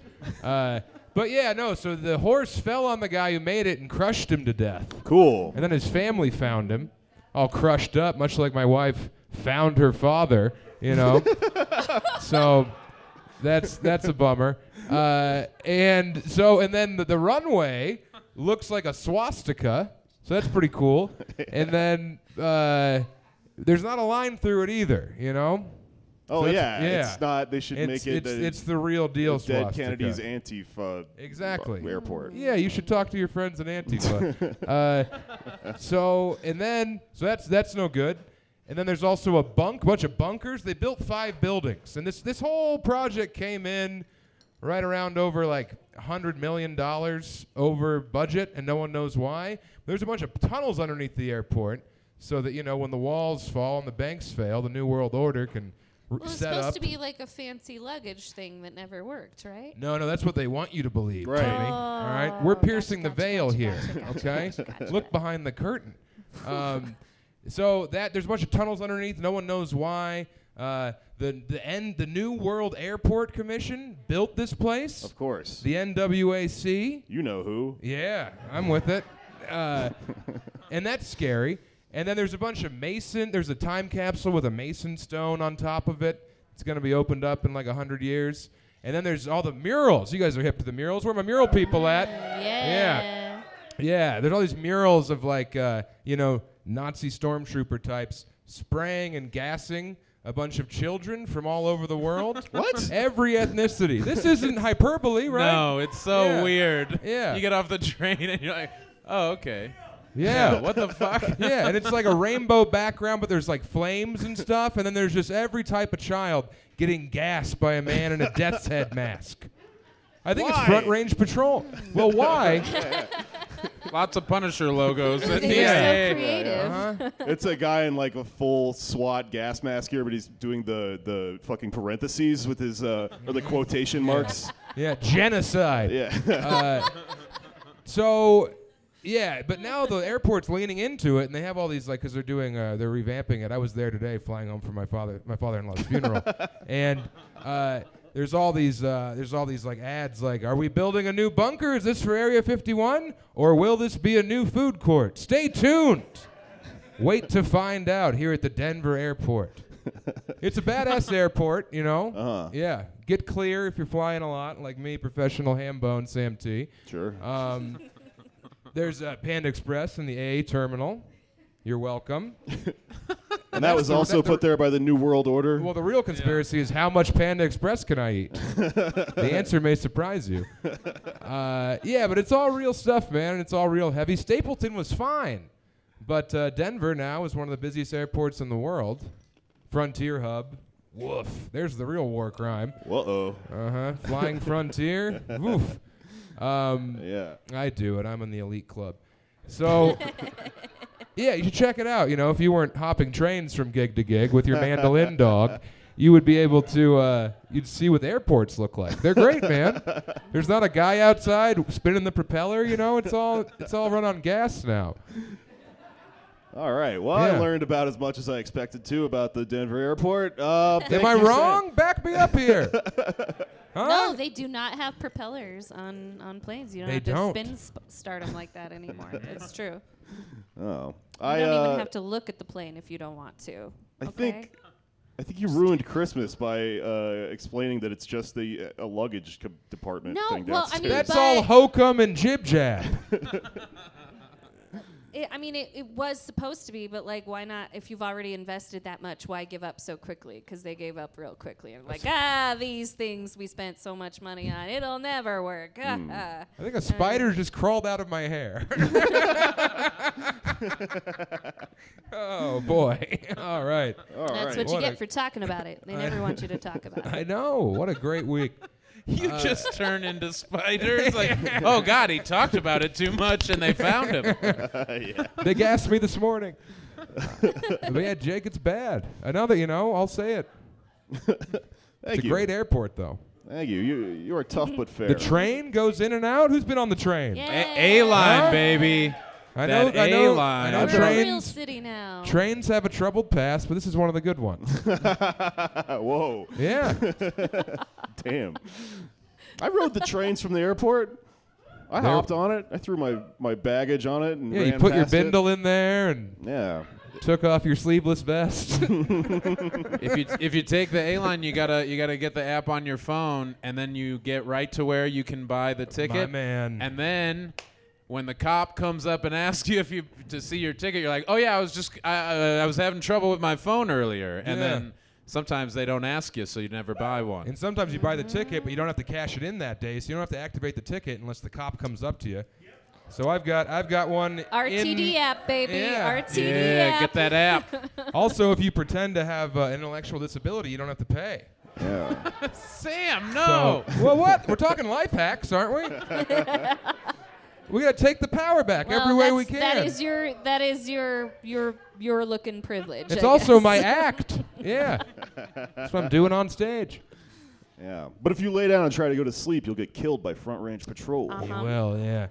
Uh, but yeah, no. So the horse fell on the guy who made it and crushed him to death.
Cool.
And then his family found him, all crushed up, much like my wife found her father.
[laughs]
You know. so that's that's a bummer. Uh, and so and then the, the runway looks like a swastika, so that's pretty cool.
[laughs]
And then uh, there's not a line through it either, you know.
Oh
So that's-
yeah, it's not. They should
It's-
make it.
It's,
a-
it's the real deal.
a Dead
swastika.
Kennedy's Antifa. uh,
Exactly.
Airport.
Yeah, you should talk to your friends in Antifa. uh, so and then so that's that's no good. And then there's also a bunk, bunch of bunkers. They built five buildings, and this this whole project came in right around over like hundred million dollars over budget, and no one knows why. There's a bunch of tunnels underneath the airport, so that you know when the walls fall and the banks fail, the New World Order can r-
well, it's
set
supposed
up.
to be like a fancy luggage thing that never worked, right?
No, no, that's what they want you to believe, right. All right, we're piercing the veil here. okay, look behind the curtain. Um, so that there's a bunch of tunnels underneath. No one knows why. Uh, the the end the New World Airport Commission built this place. Of
course.
The NWAC.
You know who?
Yeah, I'm with it. Uh, and that's scary. And then there's a bunch of mason. There's a time capsule with a mason stone on top of it. It's gonna be opened up in like hundred years. And then there's all the murals. You guys are hip to the murals. Where are my mural people at? Yeah. Yeah. There's all these murals of like uh, you know Nazi stormtrooper types spraying and gassing a bunch of children from all over
[laughs]
the world.
what?
Every ethnicity. This isn't hyperbole, right?
No, it's so
Yeah.
weird.
Yeah.
You get off the [laughs] train and you're like, oh, okay. [laughs]
Yeah.
what the fuck?
[laughs] yeah, and it's like a rainbow background, but there's like flames and stuff, and then there's just every type of child getting gassed by a man in a death's head mask. I think
Why?
it's Front Range Patrol. Well, why?
Lots of Punisher logos.
[laughs] They're
at the
so
end.
creative.
it's a guy in like a full SWAT gas mask here, but he's doing the the fucking parentheses with his uh, or the quotation marks.
[laughs] Yeah, genocide.
Yeah.
uh, so, yeah, but now the airport's leaning into it, and they have all these like because they're doing uh, they're revamping it. I was there today, flying home from my father my father-in-law's funeral, and uh, there's all these uh, there's all these like ads like, are we building a new bunker? Is this for Area 51, or will this be a new food court? Stay tuned. Wait to find out here at the Denver airport. It's a badass airport, you know. Uh-huh. Yeah, get clear if you're flying a lot, like me, professional ham bone Sam T.
Sure.
Um, there's uh, Panda Express in the A terminal. You're welcome.
And that was also put there by the New World Order.
Well, the real conspiracy is how much Panda Express can I eat? the answer may surprise you. Uh, yeah, but it's all real stuff, man, and it's all real heavy. Stapleton was fine, but uh, Denver now is one of the busiest airports in the world. Frontier hub. Woof. There's the real war crime.
Uh oh.
Uh huh. Flying Frontier. Woof. Um,
yeah.
I do it. I'm in the elite club. So, yeah, you should check it out. You know, if you weren't hopping trains from gig to gig with your mandolin dog, you would be able to uh, you'd see what airports look like. They're great, man. There's not a guy outside spinning the propeller. You know, it's all it's all run on gas now.
All right. Well, I
Yeah.
learned about as much as I expected to about the Denver airport. Uh, thank
Am I
you, Sam.
wrong? Back me up
[laughs]
here.
No, they do not have propellers on, on planes. You don't
They
have to
don't.
spin sp- start 'em like that anymore. it's true.
Oh,
You
I
don't
uh,
even have to look at the plane if you don't want to.
I
okay?
think I think you ruined Christmas by uh, explaining that it's just the uh, a luggage co- department
No,
[laughs] thing
well, I
downstairs.
mean,
That's all hokum and jib jab.
It, I mean, it, it was supposed to be, but like, why not? If you've already invested that much, why give up so quickly? Because they gave up real quickly. And like, ah, these things we spent so much money on, it'll never work. Ah,
Hmm.
ah."
I think a spider just crawled out of
[laughs]
my hair. oh boy! [laughs] All right.
Oh.
All
That's what you get for talking about it. They never want you to talk about it.
I know. What a great week.
You
[laughs]
just turn into spiders. Like, oh God, he talked about it too much, and they found
[laughs]
him.
They gassed me this morning. but yeah, Jake, it's bad. Another, you know, I'll say it.
Thank
it's
you.
a great airport, though.
Thank you. You you are tough
[laughs]
but fair.
The train goes in and out. Who's been on the train?
A A line, baby.
I know.
That
I know.
A-line.
I know.
We're a real
Trains.
city now.
Trains have a troubled past, but this is one of the good
[laughs]
ones.
[laughs] Whoa.
Yeah. [laughs]
Damn. I rode the trains from the airport. I
They're-
hopped on it. I threw my, my baggage on it and
yeah,
ran
you put your
past it.
bindle in there and
Yeah.
took off your sleeveless vest.
if you if you take the A line, you gotta you gotta get the app on your phone, and then you get right to where you can buy the ticket.
man.
And then when the cop comes up and asks you [laughs] if you to see your ticket, you're like, oh yeah, I was just I, uh, I was having trouble with my phone earlier, and
Yeah.
then sometimes they don't ask you, so you never buy one.
And sometimes you buy the ticket, but you don't have to cash it in that day, so you don't have to activate the ticket unless the cop comes up to you. So I've got I've got one.
RTD app, baby.
Yeah.
RTD
yeah,
app.
get that app.
In, [laughs] also, if you pretend to have uh, intellectual disability, you don't have to pay.
Yeah.
Sam, no.
So- well, what? We're talking life hacks, aren't
[laughs]
we? we gotta take the power back
Well,
every way
that's-
we can.
That is your that is your your your looking privilege.
it's
I
also
guess. [laughs]
my act. Yeah, that's what I'm doing on stage.
Yeah. But if you lay down and try to go to sleep, you'll get killed by front range patrol.
Uh-huh.
Well, yeah.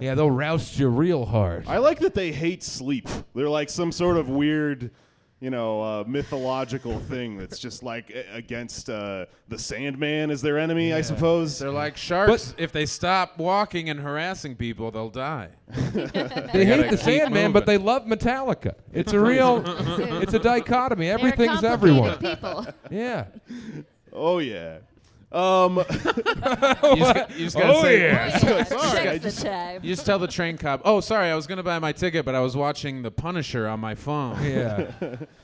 Yeah, they'll roust you real hard.
I like that they hate sleep. They're like some sort of weird, you know, uh, mythological thing that's just like a- against uh, the Sandman as their enemy, I suppose.
They're like sharks. if they stop walking and harassing people, they'll
[laughs]
die.
They
gotta
hate the
keep
Sandman, but
moving.
they love Metallica. It's a real, it's a dichotomy.
They're
Everything's
complicated
[laughs]
everyone.
People.
Yeah.
Oh yeah. Um,
You just, you just gotta
Oh,
say,
yeah.
Sex
Sorry, I
the
just-
time.
You just tell the train cop, "Oh, sorry, I was gonna buy my ticket, but I was watching The Punisher on my phone."
[laughs] Yeah.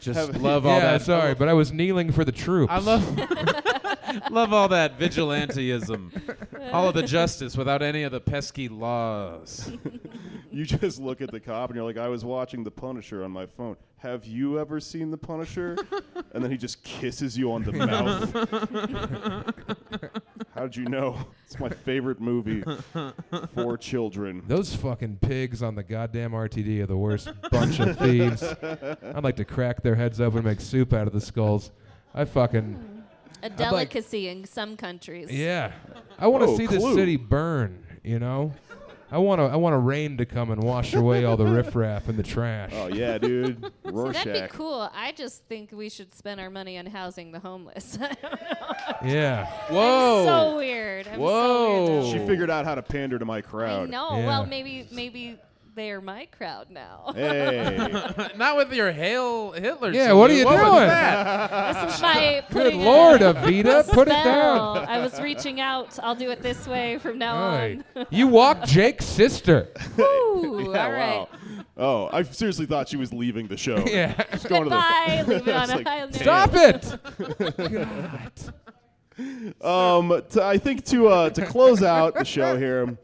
Just love all
yeah.
that.
Sorry, but I was kneeling for the troops.
I love [laughs] love all that vigilanteism, all of the justice without any of the pesky laws.
you [laughs] just look at the cop and you're like, I was watching The Punisher on my phone. Have you ever seen The Punisher? and then he just kisses you on the
[laughs]
mouth. How'd you know? It's my favorite movie for
[laughs]
children.
Those fucking pigs on the goddamn RTD are the worst bunch of thieves. I'd like to crack their heads open and make soup out of the skulls. I fucking
A delicacy in some countries.
yeah. I want to
Oh,
see this
Clue.
city burn. You know. I want to. I want a rain to come and wash away all the riffraff and the trash.
Oh yeah, dude. Rorschach.
That'd be cool. I just think we should spend our money on housing the homeless. [laughs]
Yeah.
Whoa!
so weird. I'm So
She
weird
Whoa.
figured out how to pander to my
I
crowd.
know.
Yeah.
Well, maybe maybe they're my crowd now.
Hey.
Not with your hail Hitler.
Yeah, what are
salute.
you
was
doing?
that?
[laughs] this is my
Good
putting a
lord,
[laughs]
Avita, put it
spell.
down.
I was reaching out. I'll do it this way from now
Alright.
on.
You walked
[laughs]
Jake's sister.
Woo!
Yeah,
all right.
wow. Oh, I seriously thought she was leaving the show.
Yeah.
Just going to the-
Goodbye. Leave it on
It's
a
like,
high note.
Stop it.
Um, to, I think to uh, to close out the show here,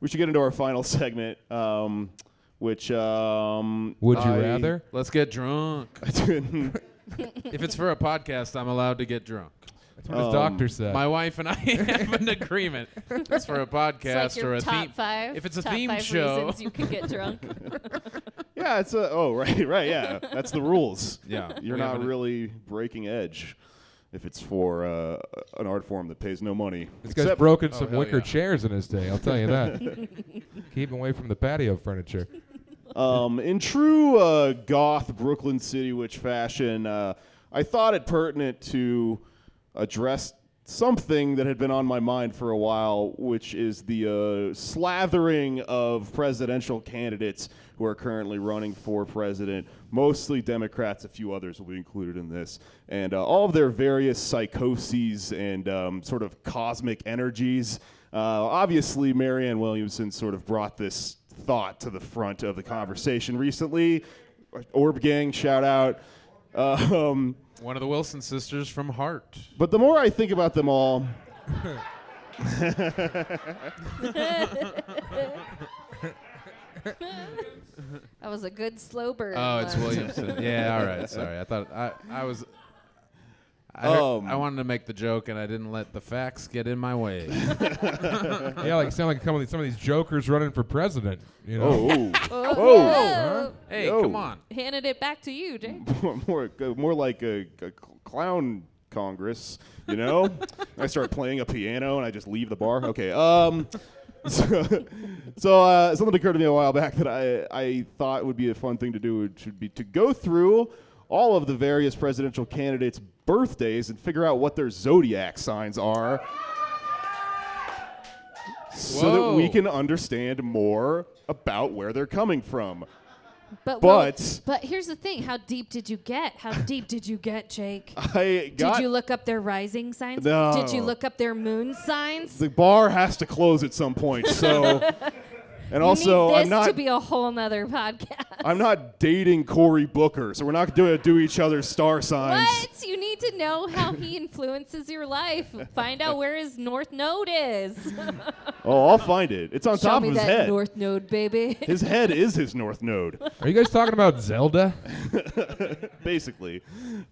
we should get into our final segment, um, which um,
Would you
I-
rather?
[laughs]
Let's get drunk. if it's for a podcast, I'm allowed to get drunk.
That's
um,
what his doctor said.
My wife and I [laughs] have an agreement. It's for a
It's
podcast
like your
or a
top
theme.
five.
if it's a
top
theme
five
show,
reasons you could get drunk.
yeah, it's a oh right right yeah that's the rules.
Yeah,
you're
we
not
have an-
really breaking edge if it's for uh, an art form that pays no money.
this guy's
Except-
broken
Oh,
some
hell
wicker
yeah.
chairs in his day, I'll tell
[laughs]
you that. Keep away from the patio furniture.
Um, in true uh, goth Brooklyn City Witch fashion, uh, I thought it pertinent to address something that had been on my mind for a while, which is the uh, slathering of presidential candidates who are currently running for president, mostly Democrats. A few others will be included in this, and uh, all of their various psychoses and um, sort of cosmic energies. Uh, obviously, Marianne Williamson sort of brought this thought to the front of the conversation recently. Orb Gang, shout out. Uh, [laughs] um,
One of the Wilson sisters from Hart.
but the more I think about them all,
That was a good slow burn.
Oh, it's
but- [laughs]
Williamson. yeah, all right. Sorry, I thought I, I was. I, heard-
Um.
I wanted to make the joke, and I didn't let the facts get in my way.
yeah, like sound like a couple of these, some of these jokers running for president. You know.
Oh. [laughs]
Oh,
Whoa.
whoa.
[laughs] Hey,
Yo.
come on.
Handed it back to you, Jake.
[laughs] more more like a, a clown congress, you know? [laughs] I start playing a piano and I just leave the bar. Okay. Um [laughs] so, so uh, something occurred to me a while back that I I thought would be a fun thing to do would should be to go through all of the various presidential candidates' birthdays and figure out what their zodiac signs are. So that we
Whoa.
can understand more about where they're coming from.
But
But-
but here's the thing: how deep did you get? How deep did you get, Jake?
I got
Did you look up their rising signs?
No.
Did you look up their moon signs?
the bar has to close at some point.
[laughs]
So, and also,
you need this
I'm not
to be a whole nother podcast.
I'm not dating Cory Booker, so we're not going to do each other's star signs.
What? You need to know how he influences your life. Find out where his north node is.
Oh, I'll find it. It's on
Show
top
me
of his
that
head.
north node, baby.
his head is his north node,
Are you guys talking about Zelda?
basically.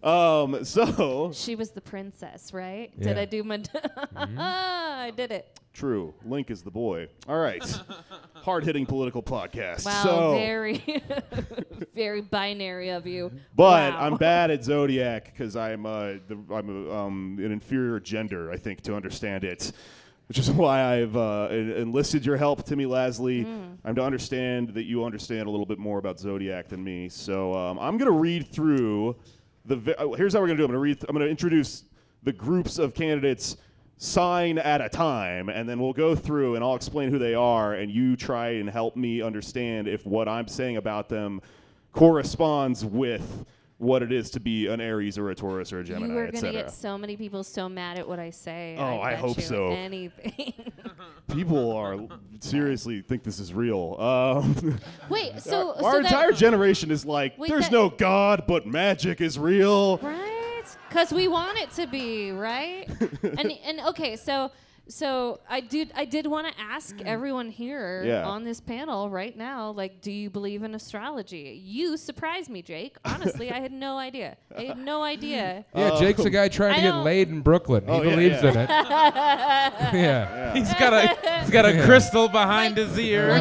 Um, so
[laughs] She was the princess, right? Did
Yeah.
I do my? [laughs] I did it.
true. Link is the boy. All right.
[laughs]
Hard hitting political podcast.
Wow,
so,
very, [laughs] very binary of you.
but
Wow.
I'm bad at zodiac because I'm uh, the, I'm uh, um, an inferior gender, I think, to understand it, which is [laughs] why I've uh, en- enlisted your help, Timmy Lasley.
Mm.
I'm to understand that you understand a little bit more about zodiac than me, so um, I'm gonna read through the. ve- oh, here's how we're gonna do. it. I'm gonna read. I'm gonna introduce the groups of candidates. Sign at a time, and then we'll go through and I'll explain who they are, and you try and help me understand if what I'm saying about them corresponds with what it is to be an Aries or a Taurus or a
you are
Gemini,
gonna
etc.
get so many people so mad at what I say.
Oh, I
bet
hope
you
so.
Anything.
[laughs] People are seriously think this is real. [laughs] Um,
Wait, so
our
so that-
entire generation is like,
Wait,
there's
that-
no God, but magic is real.
right? Because we want it to be right. and and okay, so so I did I did want to ask everyone here
Yeah.
on this panel right now, like, do you believe in astrology? You surprised me, Jake. Honestly, I had no idea. I had no idea.
Yeah, Jake's a guy trying
I
to get
don't-
laid in Brooklyn. He
Uh, Oh, yeah,
believes
yeah.
[laughs]
in it. yeah.
He's got a he's got a
Yeah.
crystal behind his ear.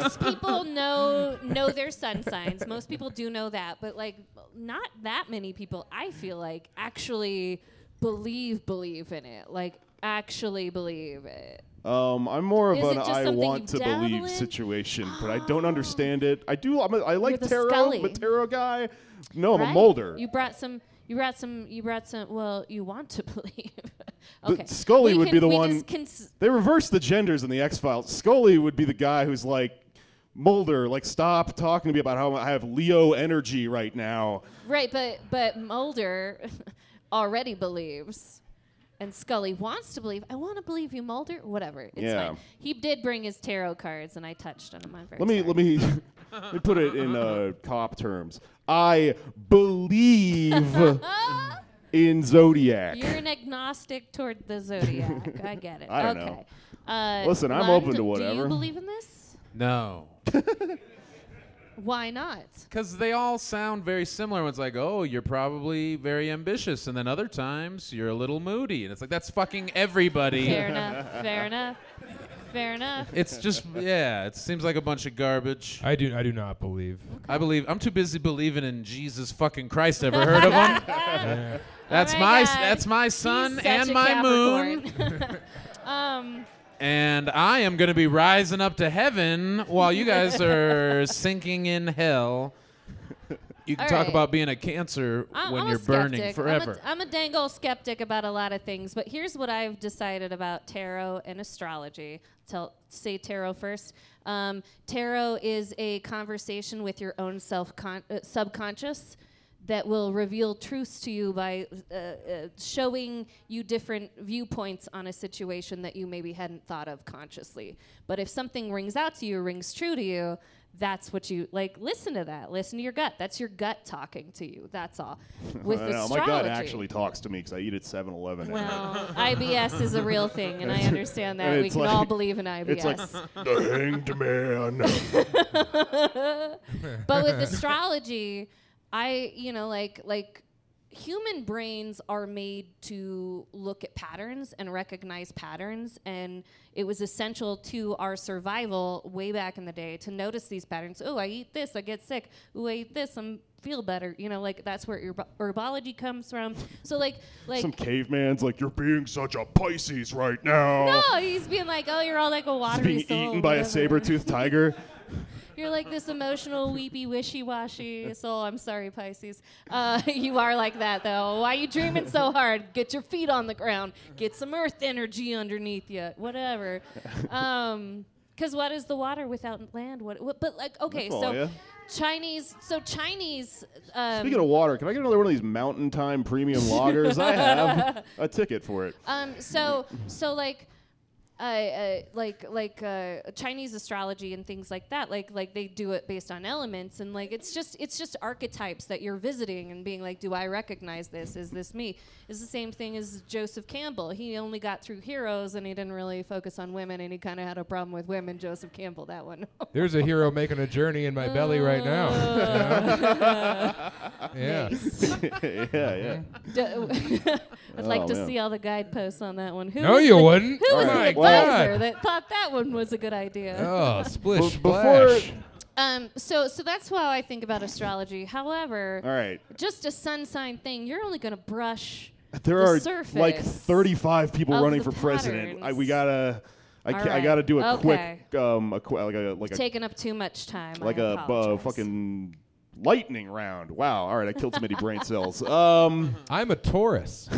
most people know know their sun signs. Most people do know that, but like not that many people I feel like actually believe believe in it. Like actually believe it.
Um, I'm more of
Is it
an
just
I
something
want to
you dabble
believe
in?
situation, but
[gasps]
I don't understand it. I do. I'm a, I like
the
tarot.
Scully.
I'm a tarot guy. No, I'm
Right?
a molder.
You brought some you brought some you brought some well, you want to [laughs] believe.
The-
okay.
Scully
We
would
can-
be the
we
one.
just cons-
they reversed the genders in the X Files. Scully would be the guy who's like, Mulder, like, stop talking to me about how I have Leo energy right now.
right, but but Mulder [laughs] already believes. And Scully wants to believe. I want to believe you, Mulder. Whatever. It's
Yeah.
fine. He did bring his tarot cards, and I touched on them. I'm very
Let me
sorry.
let me [laughs] let me put it in uh, cop terms. I
[laughs]
believe in zodiac.
You're an agnostic toward
[laughs]
the zodiac. I get it.
I don't
okay.
know.
Uh,
Listen, I'm
Lund,
open to
Do
whatever.
you believe in this?
No,
[laughs]
Why not?
because they all sound very similar. One's like, "Oh, you're probably very ambitious," and then other times you're a little moody, and it's like that's fucking everybody.
Fair enough. Fair enough. Fair enough.
It's just yeah, it seems like a bunch of garbage.
I do I do not believe.
I believe I'm too busy believing in Jesus fucking Christ. Ever
[laughs]
heard of him? that's
Oh
my,
my
s-
God.
that's my
He's
sun
such
and
a
my moon. [laughs]
Capricorn. um,
And I am going to be rising up to heaven while
[laughs]
you guys are sinking in hell. You can
All
talk
right.
about being a cancer
I-
when
I'm
you're
a skeptic.
burning
I'm
forever.
a, I'm a dang old skeptic about a lot of things, but here's what I've decided about tarot and astrology. Tell, say tarot first. Um, tarot is a conversation with your own self con- uh, subconscious that will reveal truths to you by uh, uh, showing you different viewpoints on a situation that you maybe hadn't thought of consciously. But if something rings out to you, rings true to you, that's what you like. Listen to that. Listen to your gut. That's your gut talking to you. That's all. With
I know,
astrology,
my gut actually [laughs] talks to me because I eat at 7-Eleven. every
Well,
night.
IBS is a real thing, and I understand that.
And
We
it's
can
like-
all believe in IBS.
It's like [laughs]
[laughs]
the hanged man.
but with astrology, I you know like like human brains are made to look at patterns and recognize patterns and it was essential to our survival way back in the day to notice these patterns oh i eat this i get sick oh i eat this i'm feel better you know like that's where herb- herbology comes from so like
[laughs]
like
Some caveman's like, you're being such a Pisces right now.
no he's being like oh you're all like a
He's
watery
being
soul
eaten by a
whatever.
saber-toothed tiger.
You're like this emotional, weepy, wishy-washy soul. I'm sorry, Pisces. Uh, [laughs] you are like that, though. Why you dreaming
[laughs]
so hard? Get your feet on the ground. Get some earth energy underneath you. Whatever. Um, because what is the water without land? What? what but like, okay,
That's all,
so
yeah.
Chinese. So Chinese. Um,
Speaking of water, can I get another one of these mountain time
[laughs]
premium lagers? I have a ticket for it.
Um, so so like. Uh, uh, like like uh, Chinese astrology and things like that, like like they do it based on elements and like it's just it's just archetypes that you're visiting and being like, do I recognize this? Is this me? Is the same thing as Joseph Campbell. He only got through heroes and he didn't really focus on women and he kind of had a problem with women. Joseph Campbell, that one. [laughs]
There's a hero making a journey in my belly right now. You know?
[laughs] yeah,
[laughs]
yeah.
D- I'd like
Oh,
to
man.
see all the guideposts on that one. Who
No,
was
you
the-
wouldn't.
Who was
All
the
right, well-
advisor that thought that one was a good [laughs] idea?
Oh, splish
Be-
splash.
before-
Um, so, so that's how I think about astrology. However,
All right.
just a sun sign thing, you're only going to brush
There
the
are
surface.
like 35 people
of
running
the
for president. I, we gotta, I,
All
ca- I
right.
gotta do a
Okay.
quick, um, a qu- like a like a
taking up too much time.
like
I
a uh,
apologize.
fucking lightning round. Wow. All right, I killed too many brain cells. Um,
[laughs]
I'm a Taurus.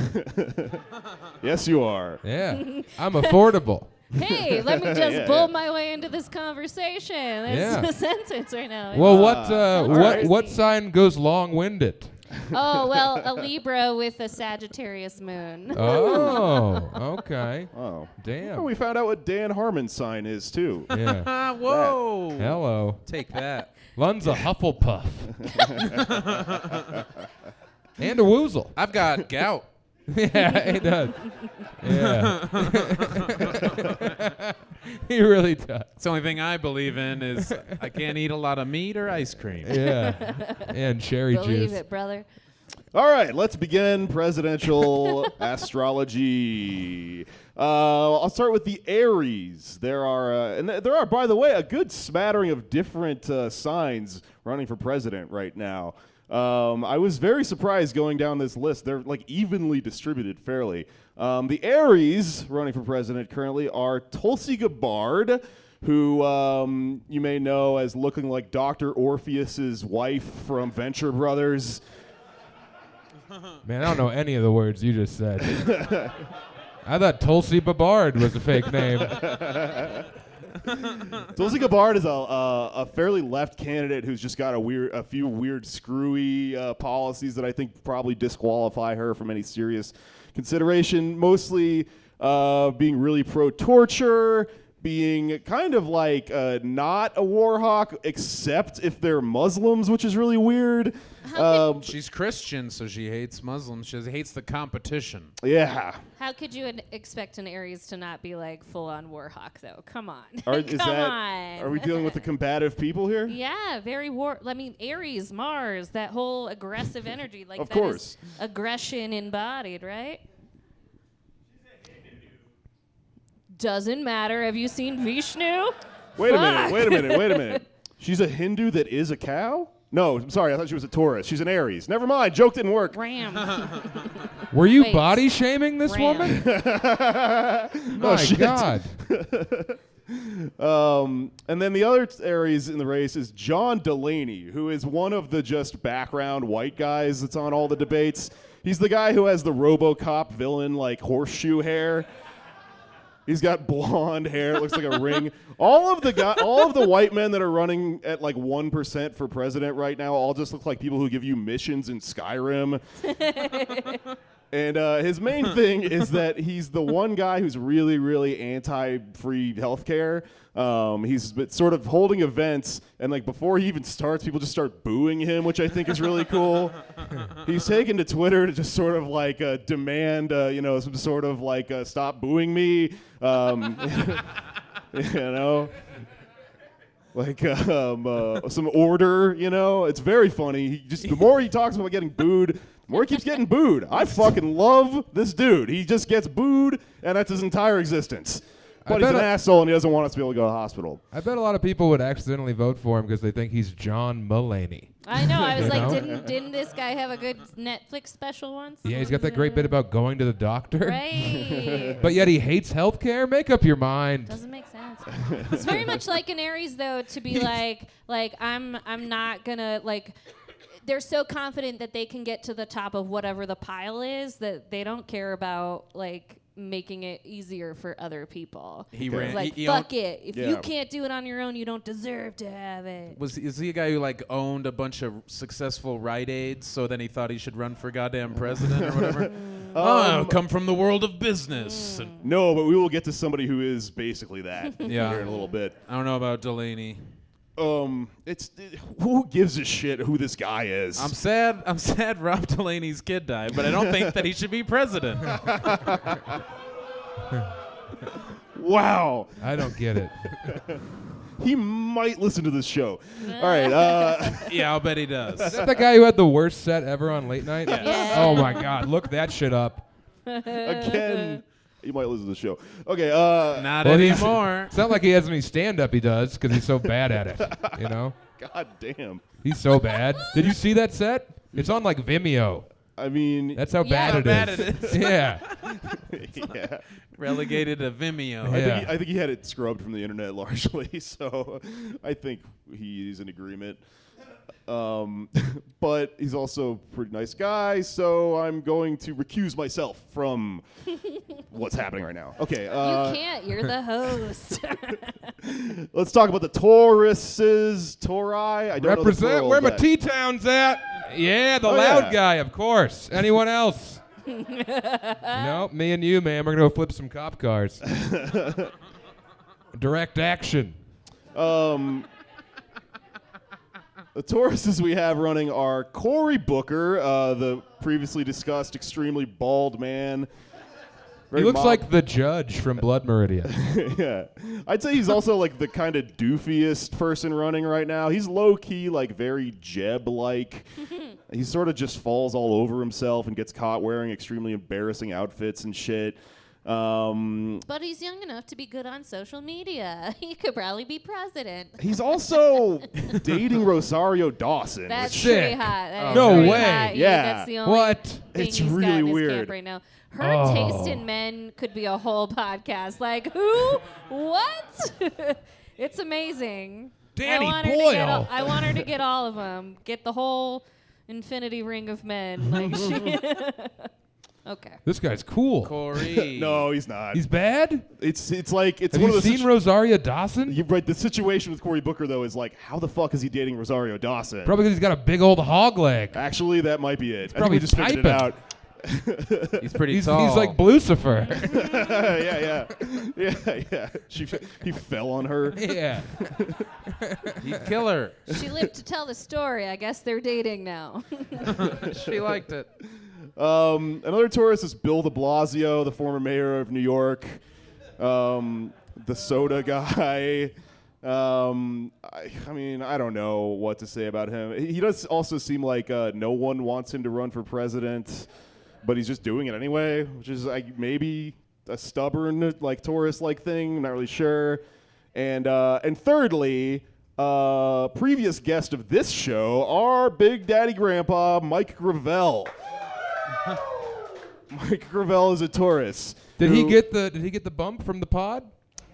yes, you are.
[laughs]
Yeah, I'm affordable.
[laughs] Hey, let
[laughs]
me just
Yeah,
bull
yeah.
my way into this conversation. There's
Yeah.
a [laughs] sentence right now.
Well,
It's-
Ah.
what uh,
All
what
right.
what sign goes long-winded?
[laughs] Oh well, a Libra with a Sagittarius moon. [laughs]
Oh, okay.
Oh. Well,
Damn.
we found out what Dan Harmon's sign is too.
Yeah.
Ah, whoa.
Hello.
Take that.
Lun's a
[laughs]
Hufflepuff. and a Woozle.
I've got gout.
[laughs] yeah, he does. Yeah. [laughs] he really does.
It's the only thing I believe in is I can't eat a lot of meat or ice cream.
Yeah. And cherry
Believe
juice.
it, brother.
All right, let's begin presidential astrology. Uh, I'll start with the Aries. There are, uh, and th- there are, by the way, a good smattering of different uh, signs running for president right now. Um, I was very surprised going down this list. They're like evenly distributed, fairly. Um, the Aries running for president currently are Tulsi Gabbard, who um, you may know as looking like Dr. Orpheus's wife from Venture Brothers.
Man, I don't know any of the words you just said. I thought Tulsi Babard was a fake name.
Tulsi Gabbard is a, a, a fairly left candidate who's just got a weird, a few weird, screwy uh, policies that I think probably disqualify her from any serious consideration. Mostly uh, being really pro torture, being kind of like uh, not a war hawk, except if they're Muslims, which is really weird. Um,
She's Christian, so she hates Muslims. She hates the competition.
yeah.
How could you an- expect an Aries to not be like full on war hawk though? Come on. [laughs]
Are,
Come
is that,
on.
Are we dealing with the combative people here?
[laughs] yeah, very war. I mean, Aries, Mars, that whole aggressive energy, like
Of
that is
course.
aggression embodied, right? Doesn't matter. Have you seen Vishnu?
Wait a
Fuck.
minute. Wait a minute. Wait a minute. She's a Hindu that is a cow? No, I'm sorry. I thought she was a Taurus. She's an Aries. Never mind. Joke didn't work.
[laughs]
Ram.
Were you
Wait.
body shaming this
Ram.
woman? My
shit.
God.
Um, and then the other t- Aries in the race is John Delaney, who is one of the just background white guys that's on all the debates. He's the guy who has the RoboCop villain like horseshoe hair. He's got blonde hair. It looks like a ring. All of the guy, all of the white men that are running at like one percent for president right now, all just look like people who give you missions in Skyrim. And uh, his main thing is that he's the one guy who's really, really anti-free healthcare. Um, he's been sort of holding events, and like before he even starts, people just start booing him, which I think is really cool. he's taken to Twitter to just sort of like uh, demand, uh, you know, some sort of like uh, stop booing me, um, [laughs] you know. Like um, uh, some order, you know. It's very funny. He just the more he talks about getting booed, Moore keeps getting booed. I fucking love this dude. He just gets booed, and that's his entire existence.
I
But he's
bet
an
I-
asshole, and he doesn't want us to be able to go to the hospital.
I bet a lot of people would accidentally vote for him because they think he's John Mulaney.
I know. I was
[laughs] You
like,
know?
didn't didn't this guy have a good Netflix special once?
Yeah, he's got that great bit about going to the doctor. [laughs]
Right.
but yet he hates healthcare. Make up your mind.
Doesn't make
[laughs]
sense. it's very much like an Aries though to be like like I'm I'm not gonna like they're so confident that they can get to the top of whatever the pile is that they don't care about like making it easier for other people.
He
It's
ran-
like
he- he
fuck
own-
it. If you
Yeah.
can't do it on your own, you don't deserve to have it.
Was is he a guy who like owned a bunch of successful Rite Aids? So then he thought he should run for goddamn president or whatever. oh, I
Um,
come from the world of business. And
No, but we will get to somebody who is basically that
Yeah.
here in a little bit.
I don't know about Delaney.
Um, it's who gives a shit who this guy is?
I'm sad. I'm sad Rob Delaney's kid died, but I don't think that he should be
[laughs]
president.
Wow.
I don't get it.
[laughs]
he might listen to this show. All right. Uh,
yeah, I'll bet he does.
Is that the guy who had the worst set ever on late night?
Yes. Yeah.
Oh my God! Look that shit up.
Again, you might listen to the show. Okay. Uh,
Not
he's- It's not like he has any stand-up. He does because he's so bad at it. You know,
God damn.
he's so bad. Did you see that set? It's on like Vimeo.
I mean,
that's how
Yeah. How
bad
bad
it is.
it is.
[laughs] yeah.
[laughs] yeah.
Relegated to Vimeo.
I, think he, I think he had it scrubbed from the internet [laughs] largely, so I think he's in agreement. Um, [laughs] but he's also a pretty nice guy, so I'm going to recuse myself from what's happening right now. Okay, uh,
you can't. You're
[laughs]
the host. [laughs]
let's talk about the Tauruses, Tauri. I don't know the
Represent
plural
where
of
my
that.
T Town's at. Yeah, the
Oh,
loud
yeah.
guy, of course. Anyone else? no, me and you, man. We're gonna go flip some
[laughs]
cop cars. Direct action.
Um, the Tauruses we have running are Cory Booker, uh, the previously discussed extremely bald man.
he
Very
looks
mob-
like the judge from Blood Meridian.
[laughs] yeah. I'd say he's also like the kind of doofiest person running right now. He's low key, like very Jeb like. he sort of just falls all over himself and gets caught wearing extremely embarrassing outfits and shit. Um,
but he's young enough to be good on social media. [laughs] He could probably be president.
he's also dating Rosario Dawson.
That's
which-
pretty hot. That is
Oh, No
pretty
way.
hot.
Yeah.
That's the only
What?
thing
It's
he's got
really
in his
weird.
camp right now. Her
Oh.
taste in men could be a whole podcast. Like who? what? [laughs] it's amazing.
Danny
I want Her to get
Boyle.
all, I want her to get all of them. Get the whole infinity ring of
[laughs]
men. Like she. [laughs] okay.
this guy's cool. [laughs]
Corey.
no, he's not.
He's bad.
It's it's like it's
Have
one
you
of the
seen Rosaria Dawson?
you right. The situation with Cory Booker though is like, how the fuck is he dating Rosario Dawson?
Probably because he's got a big old hog leg.
Actually, that might be it. I think
probably
we just figured it
typing.
out. [laughs]
He's pretty
He's, he's
tall.
like Blucifer.
yeah, yeah, yeah, yeah. She f- he fell on her.
[laughs] yeah.
He'd kill
[laughs]
her.
She lived to tell the story. I guess they're dating now.
She liked it.
Um, another tourist is Bill De Blasio, the former mayor of New York, um, the soda [laughs] guy. Um, I, I mean, I don't know what to say about him. He he does also seem like uh, no one wants him to run for president, but he's just doing it anyway, which is like maybe a stubborn like tourist like thing. I'm not really sure. And uh, and thirdly, uh, previous guest of this show, our Big Daddy Grandpa, Mike Gravel. [laughs] Mike Gravel is a Taurus.
Did he
who-
get the Did he get the bump from the pod?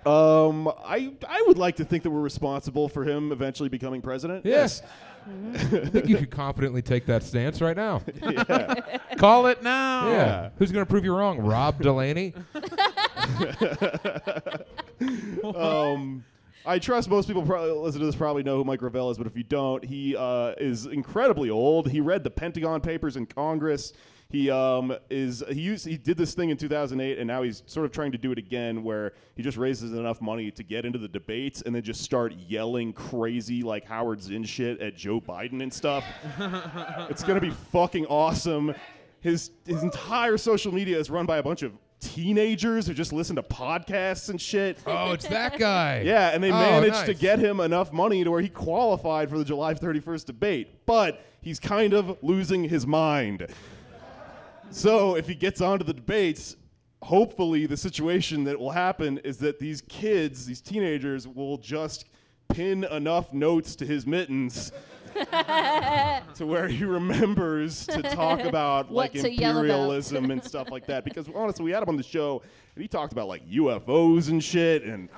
Um, I I would like to think that we're responsible for him eventually becoming president.
Yes. I think you could confidently take that stance right now.
[laughs] yeah.
[laughs]
Call it now.
Yeah. Who's going to prove you wrong? Rob Delaney?
um, I trust most people probably listen to this probably know who Mike Ravel is, but if you don't, he uh, is incredibly old. He read the Pentagon Papers in Congress. He um, is he used he did this thing in 2008, and now he's sort of trying to do it again, where he just raises enough money to get into the debates and then just start yelling crazy like Howard Zinn shit at Joe Biden and stuff. it's gonna be fucking awesome. His his entire social media is run by a bunch of teenagers who just listen to podcasts and shit.
Oh, it's that guy.
Yeah, and they
Oh,
managed to
nice.
get him enough money to where he qualified for the July 31st debate, but he's kind of losing his mind. So if he gets onto the debates, hopefully the situation that will happen is that these kids, these teenagers, will just pin enough notes to his mittens to where he [laughs] remembers to
[laughs]
talk about
What
like
to yell about.
imperialism and stuff like that. Because honestly, we had him on the show and he talked about like UFOs and shit and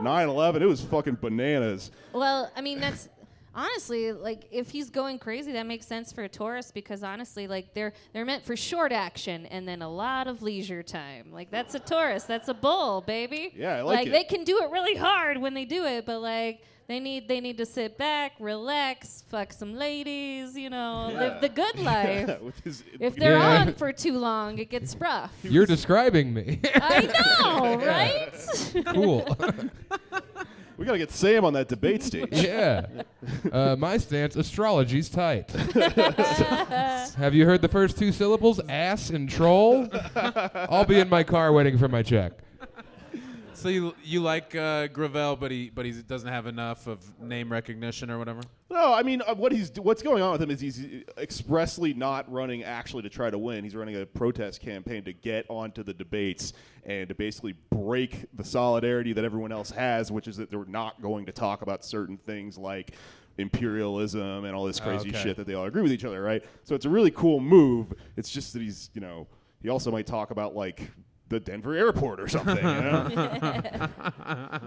9/11. It was fucking bananas.
Well, I mean, that's honestly like if he's going crazy, that makes sense for a tourist because honestly, like they're they're meant for short action and then a lot of leisure time. Like that's a tourist, that's a bull, baby.
Yeah, I like it.
they can do it really hard when they do it, but like they need they need to sit back, relax, fuck some ladies, you know, live
[laughs]
the good life.
With his-
If they're
Yeah.
on for too long, it gets rough.
[laughs]
You're describing me. [laughs]
I know, right?
cool.
we gotta get Sam on that
[laughs]
debate stage.
yeah. Uh, my stance: astrology's tight. Have you heard the first two syllables? Ass and troll. I'll be in my car waiting for my check.
So you you like uh, Gravel, but he but he doesn't have enough of name recognition or whatever.
No, I mean uh, what he's what's going on with him is he's uh, expressly not running actually to try to win. He's running a protest campaign to get onto the debates and to basically break the solidarity that everyone else has, which is that they're not going to talk about certain things like imperialism and all this crazy
Okay.
shit that they all agree with each other, right? So it's a really cool move. It's just that he's, you know, he also might talk about like the Denver airport or something, you
[laughs]
know?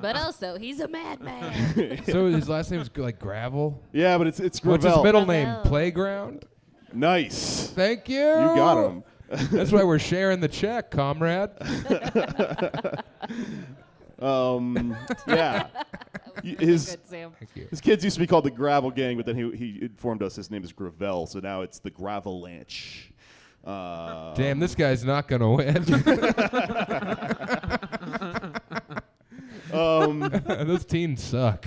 but also, he's a madman.
[laughs]
So his last name's g- like gravel.
yeah, but it's it's
What's his
Gravel.
middle name? Playground.
Nice.
Thank you. You
got
[laughs]
him.
That's why we're sharing the check, comrade.
Um, yeah. Y- His,
Good, Sam. Thank
you.
his kids used to be called the Gravel Gang, but then he, he informed us his name is Gravel, so now it's the Gravelanche. Uh,
Damn, this guy's not gonna win. [laughs] Those teens suck.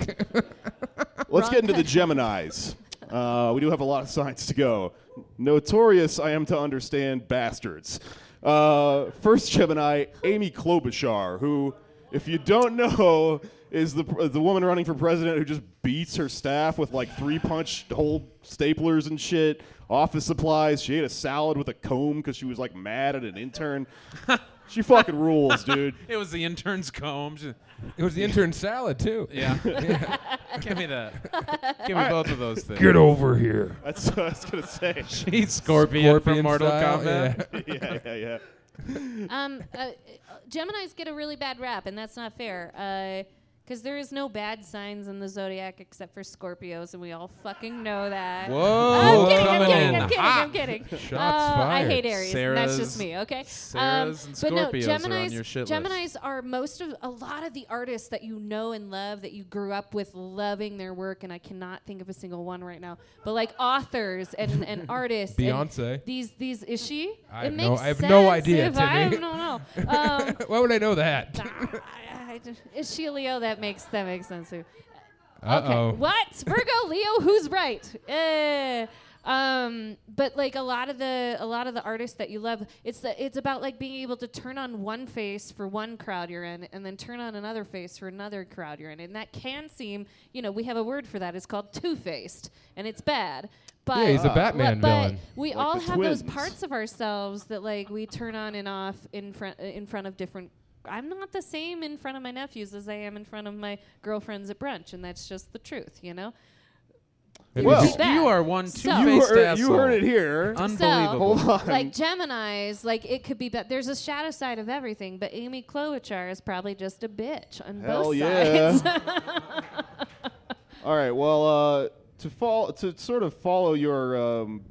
[laughs]
Let's get into the Geminis. Uh, we do have a lot of signs to go. Notorious, I am to understand, bastards. Uh, first Gemini, Amy Klobuchar, who, if you don't know, is the, pr- the woman running for president who just beats her staff with like three punch hole staplers and shit, office supplies. She ate a salad with a comb because she was like mad at an intern. she fucking rules, dude.
It was the intern's comb. Just-
It was the intern salad too.
Yeah. [laughs] Give me that. Give me both of those things.
here.
That's what I was going to say. [laughs]
[laughs]
She's Scorpion,
Scorpion
from Mortal
style,
Kombat.
[laughs]
yeah, yeah, yeah.
um, uh, uh, Gemini's get a really bad rap, and that's not fair. Because there is no bad signs in the zodiac except for Scorpios, and we all fucking know that.
Oh,
Whoa,
I'm kidding, I'm
coming
kidding,
in
I'm kidding, I'm kidding.
Shots
Uh, I
fired.
hate Aries. and that's just
Sarah's-
me, okay? Um,
Sarahs and
but no,
Scorpios are on
Gemini's,
your shit list.
Gemini's are most of a lot of the artists that you know and love that you grew up with loving their work, and I cannot think of a single one right now. But like authors and,
[laughs]
and artists, and
Beyonce.
These these is she?
I
it
have
makes
no- I have
sense
no idea,
If I
Timmy.
don't
[laughs]
know. Um, [laughs]
[laughs] Why would I know that?
I- I just- is she a Leo? That makes that makes sense too.
Uh oh.
What
[laughs]
Virgo Leo? Who's right? Eh. Um, but like a lot of the a lot of the artists that you love, it's the, it's about like being able to turn on one face for one crowd you're in, and then turn on another face for another crowd you're in, and that can seem you know we have a word for that. It's called two faced, and it's bad. But
Yeah, he's a
but-
Batman
but
villain.
we
Like
all
the
have those
twins.
parts of ourselves that like we turn on and off in front uh, in front of different I'm not the same in front of my nephews as I am in front of my girlfriends at brunch and that's just the truth, you know?
It
Well,
was-
Be back.
You are one
So-
two-faced
You heard, you
asshole.
heard it here.
Unbelievable.
Hold on.
Like Gemini's, like it could be bad. There's a shadow side of everything, but Amy Klobuchar is probably just a bitch on
Hell [laughs]
both
yeah.
sides. [laughs]
All right. Well, uh, to fall to sort of follow your um,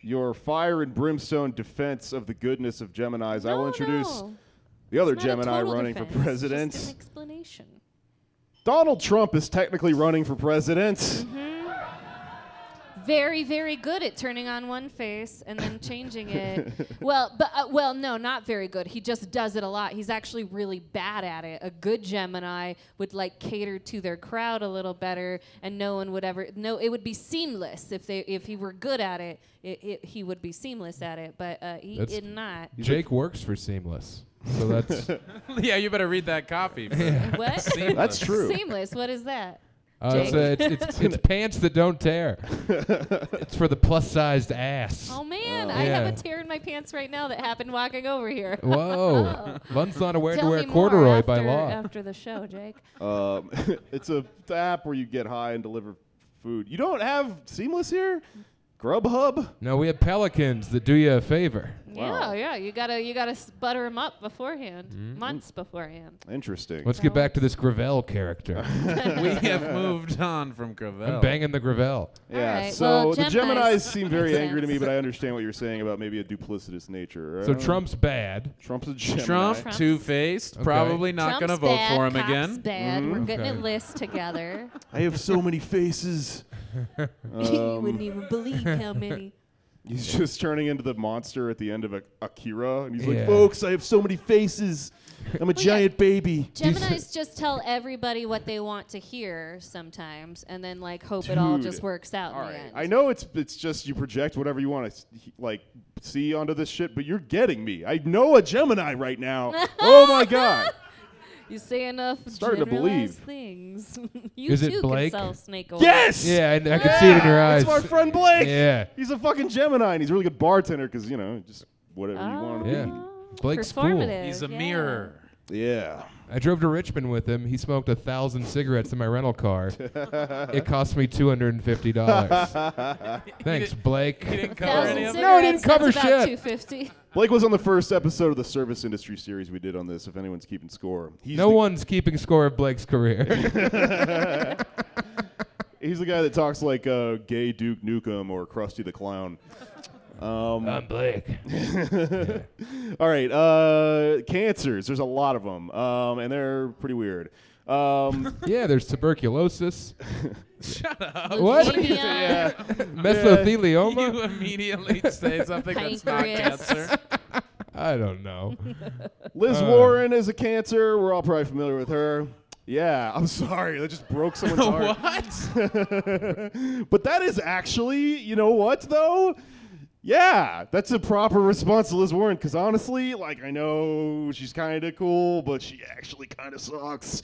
your fire and brimstone defense of the goodness of Gemini's, I
No,
will introduce
no.
the other
It's not a
Gemini
total
running
defense,
for
it's
president.
Just an explanation.
Donald Trump is technically running for president.
Mm-hmm. Very, very good at turning on one face and then changing it. well, but uh, well, no, not very good. He just does it a lot. He's actually really bad at it. A good Gemini would like cater to their crowd a little better, and no one would ever. No, it would be seamless if they if he were good at it. it, it he would be seamless at it, but uh, he
That's-
did
[laughs]
not.
Jake works for Seamless, [laughs] so
[laughs]
that's uh,
yeah, you better read that
[laughs]
copy. bro.
What?
Seamless.
Seamless. What is that?
uh, it's, uh,
Jake?
it's, [laughs] it's, it's pants that don't tear. it's for the plus sized ass.
Oh man, I
Yeah.
have a tear in my pants right now that happened walking over here. [laughs]
Whoa. Lun's not aware to
Tell
wear
me more
corduroy by
after- uh,
law.
After the show, Jake.
[laughs] Um, [laughs] it's a it's a app where you get high and deliver food. You don't have Seamless here? Grubhub?
No, we have pelicans that do you a favor.
Yeah, yeah. You gotta you gotta s- butter them up beforehand,
Mm-hmm.
months beforehand.
Interesting.
Let's get back to this Gravel [laughs] character.
[laughs] we have moved on from Gravel.
I'm banging the Gravel.
Yeah,
right,
so
well,
the
Gemini's- [laughs]
Geminis seem very
Makes
angry to me,
sense.
but I understand what you're saying about maybe a duplicitous nature. I
So
don't know.
Trump's bad.
Trump's a Gemini.
Trump,
Trump's-
two faced, probably not going to
Trump's
vote
bad,
for him
cops
again.
Bad. We're getting
Mm-hmm. Okay.
a list
[laughs]
together. [laughs]
I have so many faces.
Um,
you wouldn't even believe
[laughs]
how many.
He's just turning into the monster at the end of Ak- Akira, and he's like,
Yeah.
"Folks, I have so many
[laughs]
faces. I'm a giant baby."
Gemini's just tell everybody what they want to hear sometimes, and then like hope it all
Dude.
just works out in the end.
I know it's it's just you project whatever you want to like see onto this shit, but you're getting me. I know a Gemini right
[laughs]
now. oh my god.
You say enough
Starting to
generalized
believe.
things. [laughs] you
Is it
too
Blake?
can sell snake oil.
Yes.
Yeah, I, I could see it in her eyes.
It's my friend Blake.
Yeah.
He's a fucking Gemini, and he's a really good bartender because you know just whatever you want to
Yeah. Blake's cool.
Performative,
He's a
yeah.
mirror.
be. Yeah.
I drove to Richmond with him. He smoked a thousand cigarettes in my rental car. it cost me two hundred and fifty dollars. Thanks, Blake.
Thousand
Any
[laughs]
of
them? No, it didn't
cigarettes,
cover
that's about
shit.
250.
Blake was on the first episode of the service industry series we did on this. If anyone's keeping score, he's
No
the,
one's keeping score of Blake's career.
He's the guy that talks like uh, gay Duke Nukem or Krusty the Clown. Um,
I'm
[laughs]
Blake.
All right, uh, cancers. There's a lot of them, um, and they're pretty weird. Um,
Yeah, there's
[laughs]
tuberculosis, What?
Leukemia,
[laughs]
You
mesothelioma.
immediately say something that's not
Pancreas.
cancer.
I
[laughs]
don't know.
Liz Warren is a cancer. We're all probably familiar with her. Yeah, I'm [laughs] sorry. That just broke
[laughs]
someone's heart.
what?
[laughs] but that is actually, you know what though? Yeah, that's a proper response to Liz Warren because honestly, like I know she's kind of cool, but she actually kind of sucks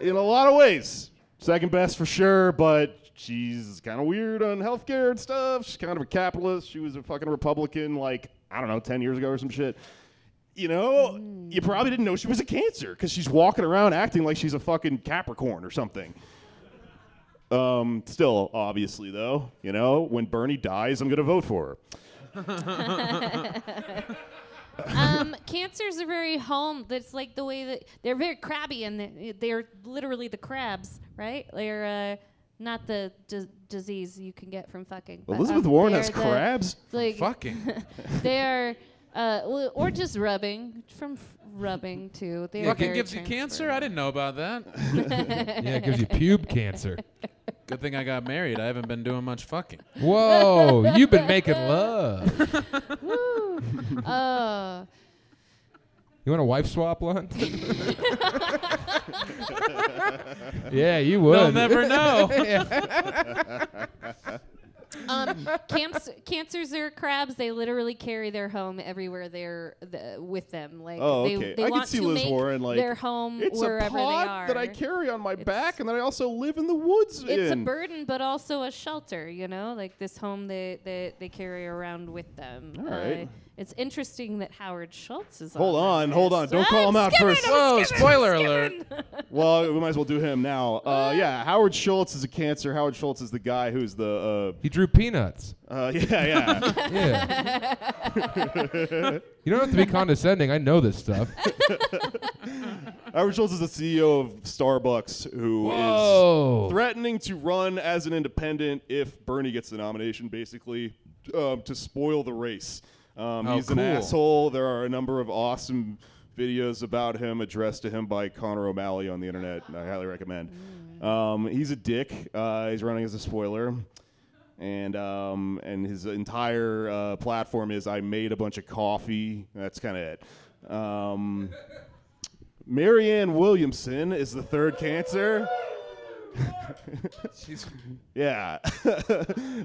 in a lot of ways. Second best for sure, but she's kind of weird on healthcare and stuff. She's kind of a capitalist. She was a fucking Republican, like I don't know, ten years ago or some shit. You know, you probably didn't know she was a cancer because she's walking around acting like she's a fucking Capricorn or something. Um, still, obviously, though, you know, when Bernie dies, I'm going to vote for
um, [coughs] cancers are very home. That's like the way that they're very crabby, and they- they're literally the crabs, right? They're uh, not the dis- disease you can get from fucking.
her.
but,
Elizabeth
um,
Warren
they're
has
the-
crabs.
Like,
[laughs]
Fucking.
they are, uh, well, or just rubbing from f- rubbing too. They are
Fucking
very
gives you cancer? I didn't know about that.
Yeah, it gives you pube cancer.
Good thing I got married. I haven't been doing much [laughs] fucking.
Whoa, you've been making love.
transferable. Oh,
You want a wife
[laughs]
swap, Lon? [laughs] yeah, you would.
They'll
[laughs]
never
[laughs]
know. [laughs]
um, camps, cancers are crabs. They literally carry their home everywhere they're th- with them. Like
Oh,
they,
okay.
they
I
want
can see
to
Liz
make
Warren like
their home
It's a
wherever they
pot
are.
that I carry on my
It's-
back, and that I also live in the woods
it's a
in.
burden, but also a shelter. You know, like this home they they, they carry around with them. Uh,
All right.
it's interesting that Howard Schultz is.
Hold
on,
on,
that
hold on.
list.
Don't call
I'm
him out
skimming,
first.
I'm
Whoa,
skimming,
spoiler
I'm
alert.
skimming.
well, we might as well do him now.
Ah.
Uh, yeah, Howard Schultz is a cancer. Howard Schultz is the guy who's the.
He drew peanuts.
Uh, uh, [laughs] yeah, yeah.
[laughs]
Yeah. you don't have to be condescending. I know this stuff.
Howard Schultz is the CEO of Starbucks, who is.
Whoa.
threatening to run as an independent if Bernie gets the nomination, basically, um, to spoil the race. Um,
Oh,
he's an
cool.
asshole. There are a number of awesome videos about him addressed to him by Connor O'Malley on the internet. and I highly recommend. Um, he's a dick. Uh, he's running as a spoiler, and um, and his entire uh, platform is I made a bunch of coffee. That's kind of it. Um, Marianne Williamson is the third cancer. [laughs] yeah.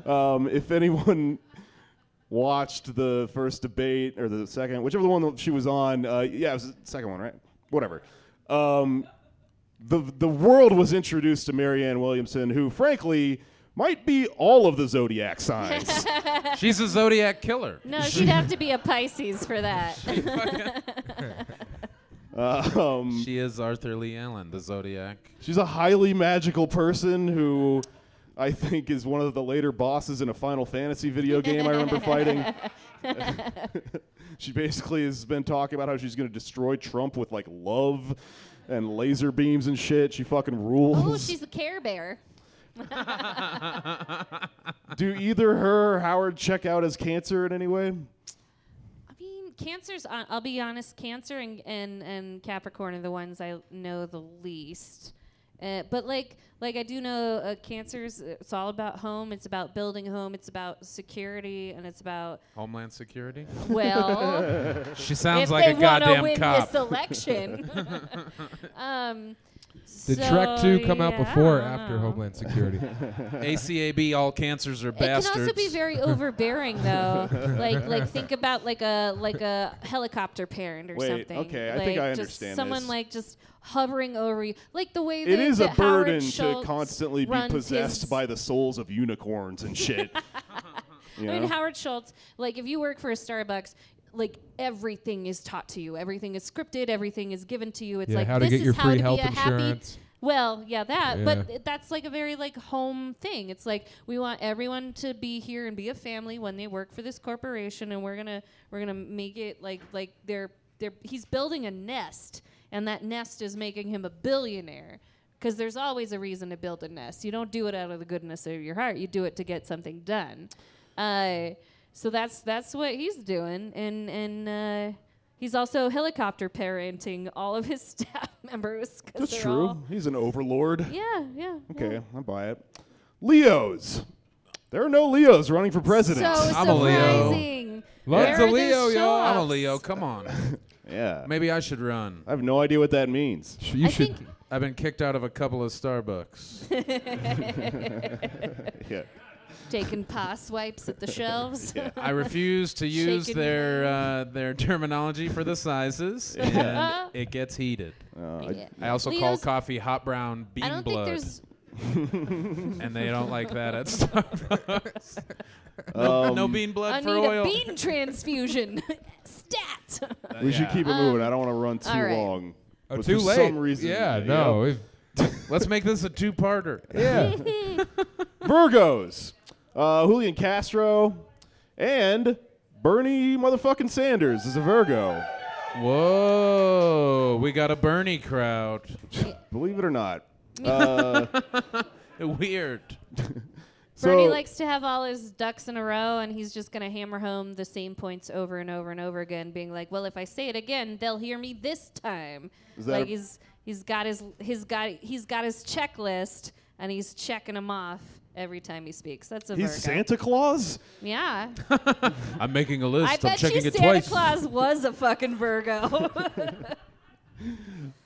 um, if anyone watched the first debate or the second, whichever the one that she was on, uh, yeah, it was the second one, right? Whatever. Um, the the world was introduced to Marianne Williamson, who, frankly, might be all of the zodiac
[laughs]
signs.
She's a zodiac [laughs] killer.
No, she'd have to be a Pisces
[laughs]
for that.
Uh, um,
she is Arthur Lee Allen, the Zodiac.
She's a highly magical person who I think is one of the later bosses in a Final Fantasy video game I remember fighting. [laughs] she basically has been talking about how she's going to destroy Trump with like love and laser beams and shit. She fucking rules.
oh, she's the Care Bear.
Do either her or Howard check out as cancer in any way?
Cancer's. On, I'll be honest. Cancer and, and and Capricorn are the ones I know the least. Uh, but like like I do know uh, Cancer's. It's all about home. It's about building home. It's about security, and it's about
Homeland Security.
[laughs]
Well,
she sounds
if
like
they
a
wanna
goddamn
win
cop. [laughs]
This election. [laughs] um,
Did Trek 2 come out before or after
[laughs]
Homeland Security?
ACAB, all cancers are
It can
bastards.
also be very overbearing,
[laughs]
though. like, like think about like a like a helicopter parent or
Wait,
something.
okay, I think I
Like, just
understand
Someone
this.
like just hovering over you, like the way
It
that,
is a
that Howard
burden to
Schultz
constantly be
runs
possessed
his-
by the souls of unicorns and
[laughs]
shit. You
I mean,
know?
Howard Schultz, like, if you work for a Starbucks, like, everything is taught to you. Everything is scripted. Everything is given to you. It's
Yeah,
like,
how to
this
get
is
your
how
free
to
health
be a happy.
insurance.
Well, yeah, that.
Yeah.
But th- that's like a very, like, home thing. It's like, we want everyone to be here and be a family when they work for this corporation, and we're going to, we're going to make it like, like, they're, they're, he's building a nest, and that nest is making him a billionaire. Because there's always a reason to build a nest. You don't do it out of the goodness of your heart. You do it to get something done. Uh, so that's that's what he's doing, and and uh, he's also helicopter parenting all of his [laughs] staff members. 'cause
That's
they're
true.
all-
He's an overlord.
yeah, yeah.
Okay, I buy it. Leos. There are no Leos running for president.
So
I'm a Leo.
surprising.
Love's
Where
a
are the
Leo, yo. I'm a
shots?
Leo. Come on. [laughs]
yeah.
Maybe I should run.
I have no idea what that means.
You should.
I've been kicked out of a couple of Starbucks.
yeah.
Taking paw
[laughs]
swipes at the [laughs] shelves.
I refuse to use
Shaking
their uh, their terminology for
[laughs]
the sizes,
Yeah.
and it gets heated.
Yeah.
I also call
Leo's-
coffee hot brown bean
I don't think
blood,
there's.
and they don't like that
[laughs]
at Starbucks. no,
[laughs] Um,
no bean blood
I
for
need
oil.
a
[laughs]
bean transfusion. Stat. [laughs]
We should
Yeah.
keep it moving. I don't want to run too
Um, all right.
long.
Oh,
But
too
for
late.
some reason.
yeah, no.
yeah.
we've-
Let's make this
[laughs]
a two-parter.
Yeah.
Virgos. Uh, Julian Castro and Bernie motherfucking Sanders is a Virgo.
Whoa, we got a Bernie crowd. [laughs]
Believe it or not. Uh,
Weird.
Bernie
so-
likes to have all his ducks in a row, and he's just going to hammer home the same points over and over and over again, being like, "Well, if I say it again, they'll hear me this time."
Is that
Like
a-
he's he's got his he's got he's got his checklist, and he's checking them off every time he speaks. That's a
he's
Virgo.
Santa Claus?
[laughs]
Yeah,
I'm making a list.
I
I'm
bet you
checking
Santa
it twice.
Claus was a fucking
[laughs]
Virgo. [laughs]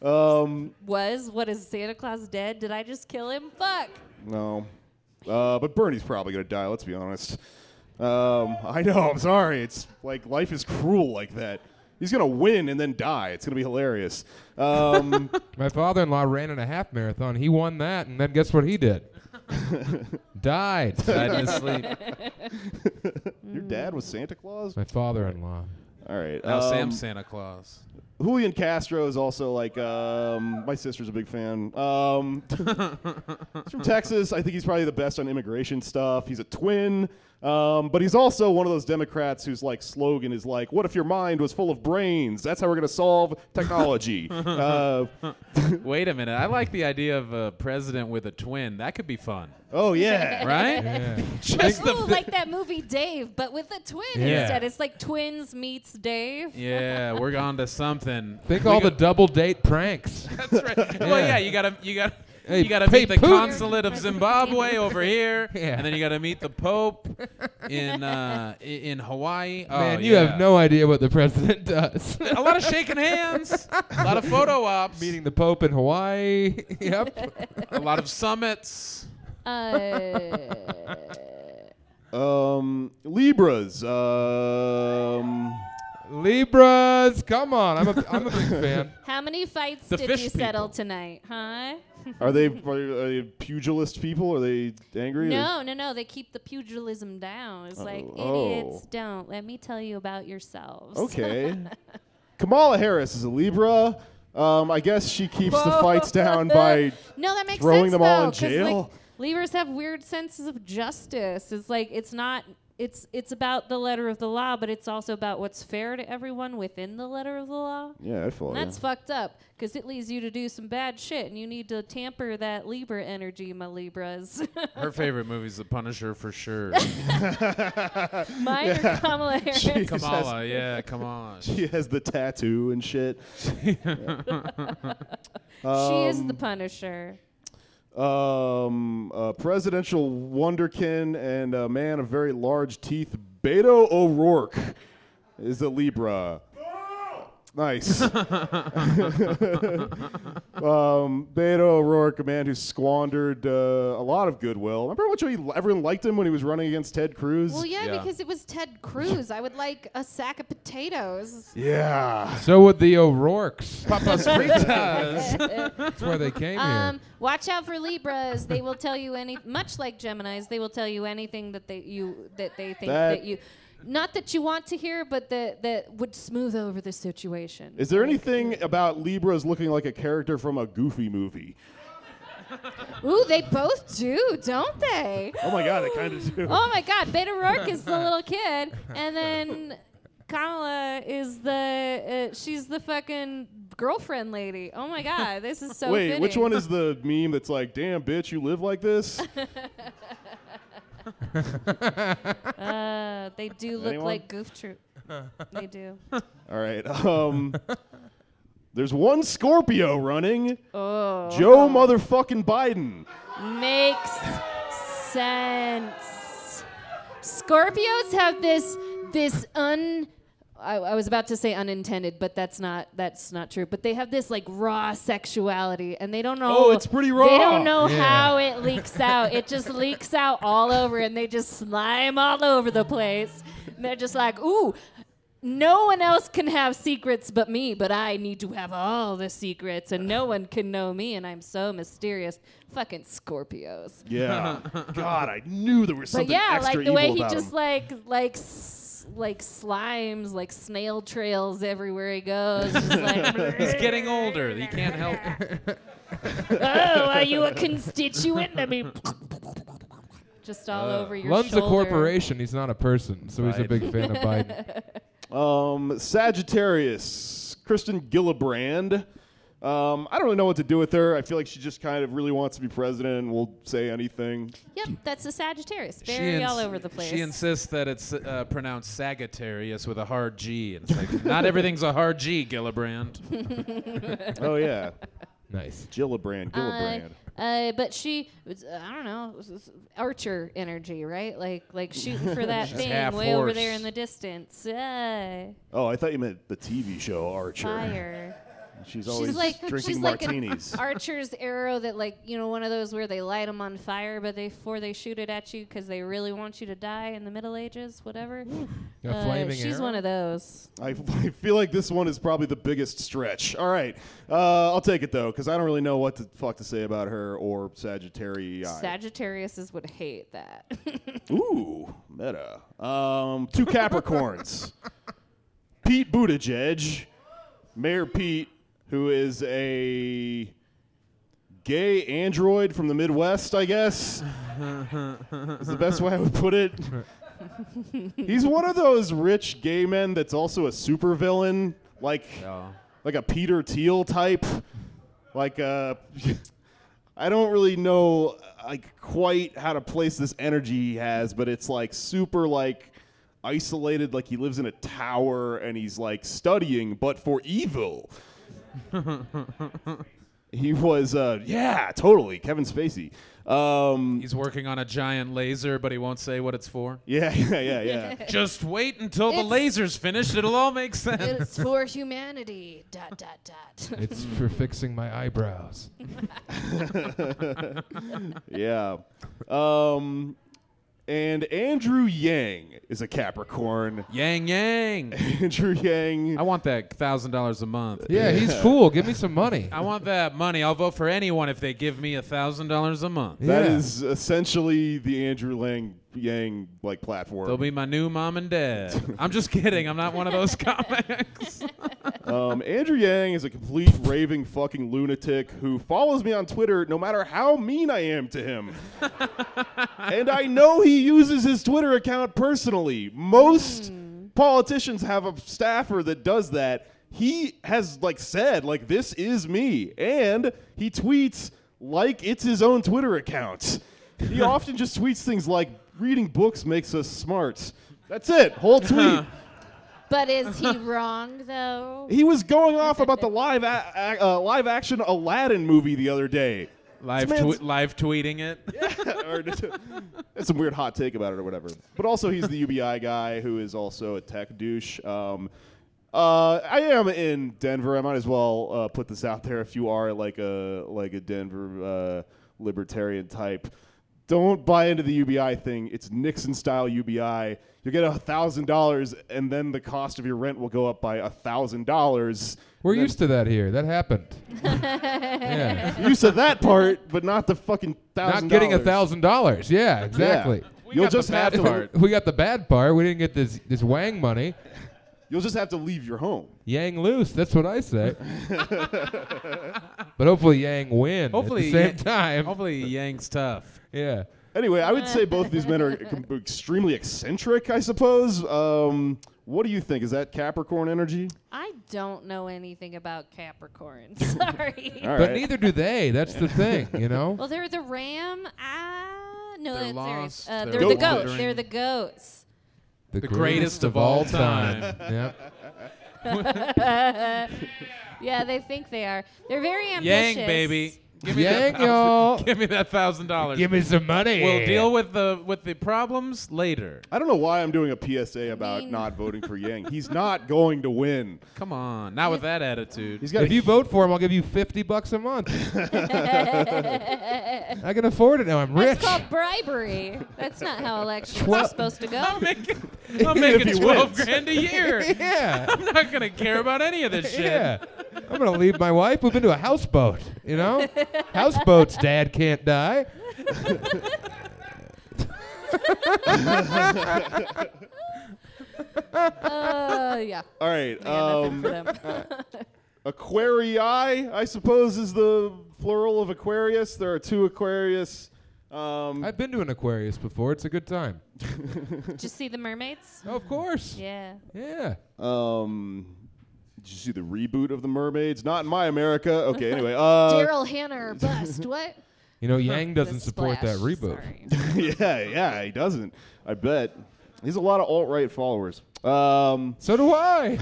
Um,
was what is Santa Claus dead? Did I just kill him? Fuck.
No. Uh, but Bernie's probably going to die, let's be honest. Um, I know, I'm sorry. It's like life is cruel like that. He's going to win and then die. It's going to be hilarious. Um, [laughs]
My father in law ran in a half marathon. He won that, and then guess what
[laughs]
he did? Died.
Died in his sleep.
[laughs] your dad was Santa Claus?
My father in law.
All right.
Now
um,
Sam's Santa Claus.
Julian Castro is also like, um, my sister's a big fan. Um, he's from Texas. I think he's probably the best on immigration stuff. He's a twin. Um, but he's also one of those Democrats whose like slogan is like, "What if your mind was full of brains? That's how we're gonna solve technology." uh,
Wait a minute. I like the idea of a president with a twin. That could be fun.
oh yeah,
Right?
[laughs]
Just the
Ooh, like that movie Dave, but with a twin
Yeah.
instead. It's like twins meets Dave.
Yeah, we're on to something.
Think
We
all
go-
the double date
[laughs]
pranks.
That's [laughs] right. Well, yeah, you gotta, you gotta,
Hey,
you gotta
pay
meet the
Putin.
consulate
[laughs]
of Zimbabwe over here,
Yeah.
and then you gotta meet the Pope in uh, i- in Hawaii. Oh,
Man, you
yeah.
have no idea what the
[laughs]
president [laughs] does.
a lot of shaking hands, a [laughs] lot of photo ops,
Meeting the Pope in Hawaii. [laughs] yep.
a lot of summits. [laughs]
Uh,
Um, Libras. Um,
Libras, come on. I'm a, I'm a big fan.
how many fights
The
did
fish
you settle tonight, huh?
are they are, they pugilist people? Are they angry?
[laughs] No, no, no. They keep the pugilism down. It's like
Uh,
Oh.
idiots don't. Let me tell you about yourselves.
Okay. Kamala Harris is a Libra. Um, I guess she keeps the fights
[laughs]
down by
no, that makes
throwing
sense,
them all
though,
in
'cause, like,
jail.
Libras have weird senses of justice. It's like it's not. It's it's about the letter of the law, but it's also about what's fair to everyone within the letter of the law.
Yeah, I follow.
And
you.
that's fucked up because it leads you to do some bad shit, and you need to tamper that Libra energy, my Libras. [laughs]
Her favorite movie's The Punisher for [laughs] sure.
Mine or
Yeah. [laughs]
Kamala Harris?
She has-
Kamala, yeah, Kamala.
She has the tattoo and shit.
she is the
Um,
Punisher.
Um, uh, presidential wonderkin and a man of very large teeth, Beto O'Rourke, is a Libra. Nice. [laughs] um, Beto O'Rourke, a man who squandered uh, a lot of goodwill. Remember what you, everyone liked him when he was running against Ted Cruz?
Well, yeah, because it was Ted Cruz. I would like a sack of potatoes.
yeah.
So would the O'Rourkes.
[laughs]
Papas
fritas.
That's where they came
Um, watch out for Libras. They will tell you any, much like Gemini's, they will tell you anything that they you that they think
That-
that, you, not that you want to hear, but that that would smooth over the situation.
Is there anything about Libras looking like a character from a Goofy movie?
Ooh, they both do, don't they?
Oh my god, I kind of do.
Oh my God, Beta Rourke is the
[laughs]
little kid, and then Kamala is the uh, she's the fucking girlfriend lady. Oh my God, this is [laughs] so.
Wait, which
fitting.
one is
[laughs]
the meme that's like, "Damn bitch, you live like this"?
uh, they do look
Anyone?
like Goof Troop. They do.
All right. Um, there's one Scorpio running.
Oh.
Joe motherfucking Biden.
Makes sense. Scorpios have this this un I, I was about to say unintended, but that's not that's not true. But they have this like raw sexuality, and they don't know.
Oh, it's pretty raw.
They don't know
Yeah.
how it leaks out. It just leaks out all over, and they just slime all over the place. And they're just like, ooh, no one else can have secrets but me, but I need to have all the secrets, and no one can know me, and I'm so mysterious. Fucking Scorpios. [laughs]
Yeah. God, I knew there was
But
something
yeah,
extra
like the way
evil
he
about
just
him.
like like s- like slimes, like snail trails everywhere he [laughs] goes. Just like,
He's getting older. He can't help. it.
oh, are you a constituent? Let me. [laughs] Just all
Uh,
over your
Lund's
shoulder.
a corporation. He's not a person, so he's a
Right.
big fan of Biden.
[laughs]
Um, Sagittarius, Kristen Gillibrand. Um, I don't really know what to do with her. I feel like she just kind of really wants to be president and will say
[laughs]
anything.
Yep, that's a Sagittarius.
She
Very all
ins-
over the place.
She insists that it's uh, pronounced Sagittarius with a hard G. And it's like, not everything's a hard G, Gillibrand.
oh yeah.
Nice.
Gillibrand, Gillibrand.
Uh, uh, but she, was, uh, I don't know, s- s- Archer energy, right? Like like shooting
[laughs]
for that
She's
thing way
half
over
horse.
there in the distance. Uh,
oh, I thought you meant the TV show Archer.
fire.
She's always drinking
she's like an
martinis.
[laughs] Archer's arrow that like you know one of those where they light them on fire, but they, before they shoot it at you because they really want you to die in the Middle Ages, whatever.
A flaming
Uh, she's
arrow?
one of those.
I, I feel like this one is probably the biggest stretch. All right, uh, I'll take it though, because I don't really know what the fuck to say about her or Sagittarii.
Sagittariuses would hate that.
Ooh, meta. Um, two Capricorns. [laughs] Pete Buttigieg, Mayor Pete, who is a gay [laughs] android from the Midwest, I guess. is the best way I would put it. He's one of those rich gay men that's also a supervillain, like like a Peter Thiel type, like uh, a. I don't really know like quite how to place this energy he has, but it's like super like isolated, like he lives in a tower and he's like studying, but for evil. He was, uh, yeah, totally, Kevin Spacey. Um,
He's working on a giant laser, but he won't say what it's for.
Yeah, [laughs] yeah, yeah, yeah.
Just wait until the
It's-
laser's finished. It'll all make
[laughs]
sense.
It's for humanity. Dot dot dot.
It's for fixing my eyebrows.
yeah. Um, and Andrew Yang is a Capricorn. [laughs]
Yang Yang.
[laughs]
Andrew Yang.
I want that thousand dollars a month.
Yeah, [laughs] he's cool. Give me some money.
I want that money. I'll vote for anyone if they give me a thousand dollars a month.
Oh,
That is essentially the Andrew Lang Yang like platform.
They'll be my new mom and dad. I'm just kidding. I'm not one of those [laughs] comics.
um, Andrew Yang is a complete raving fucking lunatic who follows me on Twitter no matter how mean I am to him. and I know he uses his Twitter account personally. Most politicians have a staffer that does that. He has like said like this is me and he tweets like it's his own Twitter account. He often just tweets things like reading books makes us smart. That's it. Whole tweet.
[laughs] But is he wrong though?
He was going off about the live a- a- uh, live action Aladdin movie the other day.
live,
This man's-
twe- live tweeting it.
or [laughs] just- that's some weird hot take about it or whatever. But also, he's the UBI guy who is also a tech douche. Um, uh, I am in Denver. I might as well uh, put this out there. If you are like a like a Denver uh, libertarian type, don't buy into the UBI thing. It's Nixon style UBI. You'll get a thousand dollars, and then the cost of your rent will go up by a thousand dollars.
We're used to that here.
[laughs]
That happened.
Used to that part, but not the fucking thousand.
Not getting a thousand dollars. Yeah, exactly.
We You'll got the just bad have to- part.
We got the bad part. We didn't get this this Wang money.
[laughs] You'll just have to leave your home.
Yang loose. That's what I say.
[laughs]
but hopefully Yang win.
Hopefully,
at the same
Yang-
time.
Hopefully, Yang's tough.
Yeah.
Anyway, I would say both of these men are com- [laughs] extremely eccentric, I suppose. Um, what do you think? Is that Capricorn energy?
I don't know anything about Capricorn. [laughs] Sorry.
All
But
right.
neither do they. That's the thing. You
[laughs]
know.
Well, they're the ram. Ah, no,
They're
that's Aries.
lost,
Uh,
they're
they're, the
goat
goats.
wandering.
They're the goats.
The,
greatest of all time. [laughs]
yep.
yeah, they think they are. They're very ambitious.
Yang, baby. Give me [laughs]
Yang,
that thousand-
y'all.
Give me that thousand dollars.
Give me some money.
We'll deal with the with the problems later.
I don't know why I'm doing a PSA about
mean-
not voting for [laughs] Yang. He's not going to win.
Come on, not with that attitude.
He's got
If you vote for him, I'll give you fifty bucks a
[laughs]
month. [laughs] I can afford it now. I'm
That's
rich.
called bribery. That's not
[laughs]
how elections
Twelve-
are supposed
[laughs]
to go.
[laughs]
I'm making, I'm making
he
twelve
wins.
grand a year.
[laughs]
[laughs]
yeah.
I'm not gonna care about any of this [laughs] shit.
Yeah. I'm gonna leave my wife, move into a houseboat.
[laughs]
You know, houseboats. Dad can't die.
Uh, [laughs] yeah.
All right.
Yeah, nothing
Um,
for
Oh,
them.
Aquarii, I suppose, is the plural of Aquarius. There are two Aquarius. Um,
I've been to an Aquarius before. It's a good time.
Did you see the mermaids?
Oh, of course.
Yeah.
Yeah.
um, did you see the reboot of the Mermaids? Not in my America. Okay. Anyway. Uh,
Daryl Hannah or bust. What?
[laughs]
[laughs]
You know, Yang doesn't
The
support that
splash,
reboot.
sorry.
[laughs] yeah, yeah, he doesn't. I bet. He's a lot of alt right followers. Um,
So do
[laughs]
I.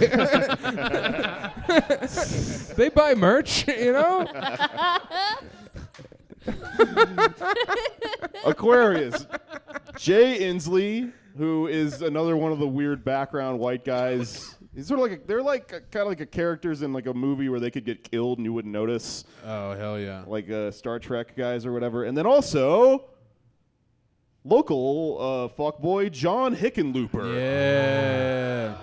[laughs] they buy merch, you know?
Aquarius. Jay Inslee, who is another one of the weird background white guys. He's sort of like a, they're like kind of like a characters in like a movie where they could get killed and you wouldn't notice,
Oh hell yeah.
like uh, Star Trek guys or whatever. And then also local uh, fuckboy John Hickenlooper.
Yeah.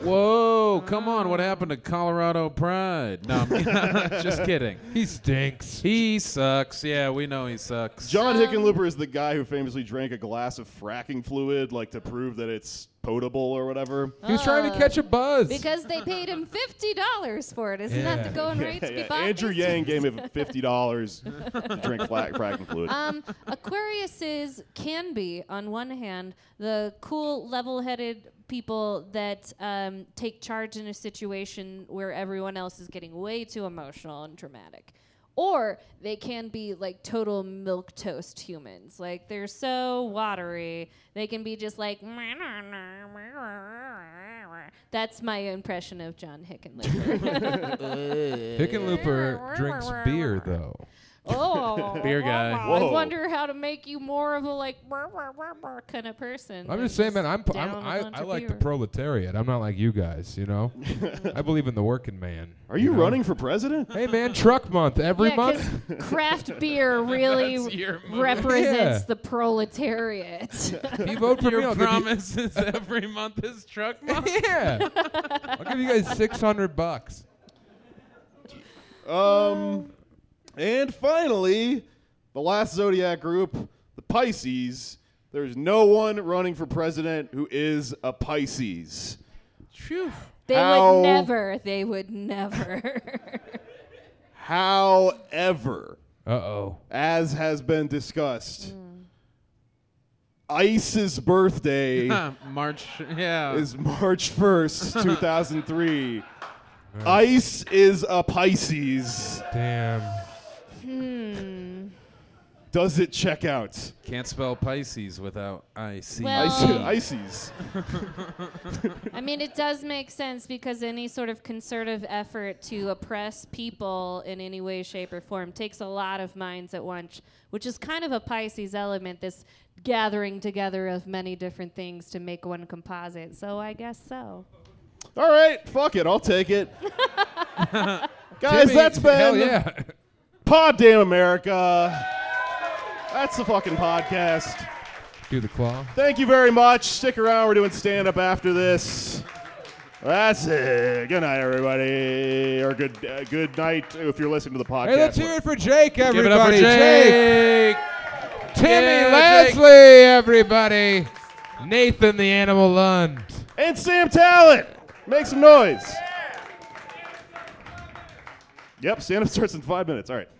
Whoa, come on. What happened to Colorado Pride? No, I'm [laughs] just kidding.
He stinks.
He sucks. Yeah, we know he sucks.
John Hickenlooper is the guy who famously drank a glass of fracking fluid, like to prove that it's potable or whatever.
He was trying to
Uh,
catch a buzz.
Because they paid him fifty dollars for it. Isn't that the going rate to be bought?
Andrew
these
Yang
days?
gave him fifty dollars to drink fla- fracking fluid.
Um, Aquariuses can be, on one hand, the cool, level headed people that um, take charge in a situation where everyone else is getting way too emotional and dramatic. Or they can be like total milk toast humans. Like they're so watery. They can be just like. That's my impression of John Hickenlooper.
Hickenlooper drinks beer, though.
Oh,
Beer guy.
I
Whoa.
wonder how to make you more of a like brr, brr, brr, brr kind of person.
I'm
than
just saying, man. I'm, p- I'm
down a
I,
bunch
I
of
like the
beer.
proletariat. I'm not like you guys.
[laughs]
You know, I believe in the working man.
Are you running for president?
Hey, man, Truck Month every
Yeah, 'cause
month. [laughs]
craft beer
That's
really
your move.
represents
Yeah.
the proletariat.
If
[laughs]
you vote for
Your
me, I'll give you-
promises [laughs] every month is truck month.
[laughs] yeah, I'll give you
[laughs]
guys 600 bucks.
Um, and finally, the last zodiac group, the Pisces. There's no one running for president who is a Pisces.
Phew. They
How-
would never. They would never.
However,
uh-oh,
as has been discussed, Ice's
[laughs]
birthday
March. Yeah.
is [laughs] March
[laughs]
1st, 2003. Ice is a Pisces.
Damn.
hmm.
Does it check out?
Can't spell Pisces without I C.
Um.
Well-
Pisces.
I mean, it does make sense because any sort of concerted effort to oppress people in any way, shape, or form takes a lot of minds at once, which is kind of a Pisces element, this gathering together of many different things to make one composite. So I guess so.
All right, fuck it, I'll take
[laughs]
it. Guys,
Timmy,
that's been
hell yeah.
Pod Damn America. That's the fucking podcast.
Do the claw.
Thank you very much. Stick around. We're doing stand up after this. That's it. Good night, everybody, or good uh, good night if you're listening to the podcast.
Hey, let's hear it for Jake,
Give it up
everybody.
for
Jake. Timmy
Yeah, Jake.
Lansley, everybody. Nathan the Animal Lund.
And Sam Talent. Make some noise. Yep, stand up starts in five minutes. All right.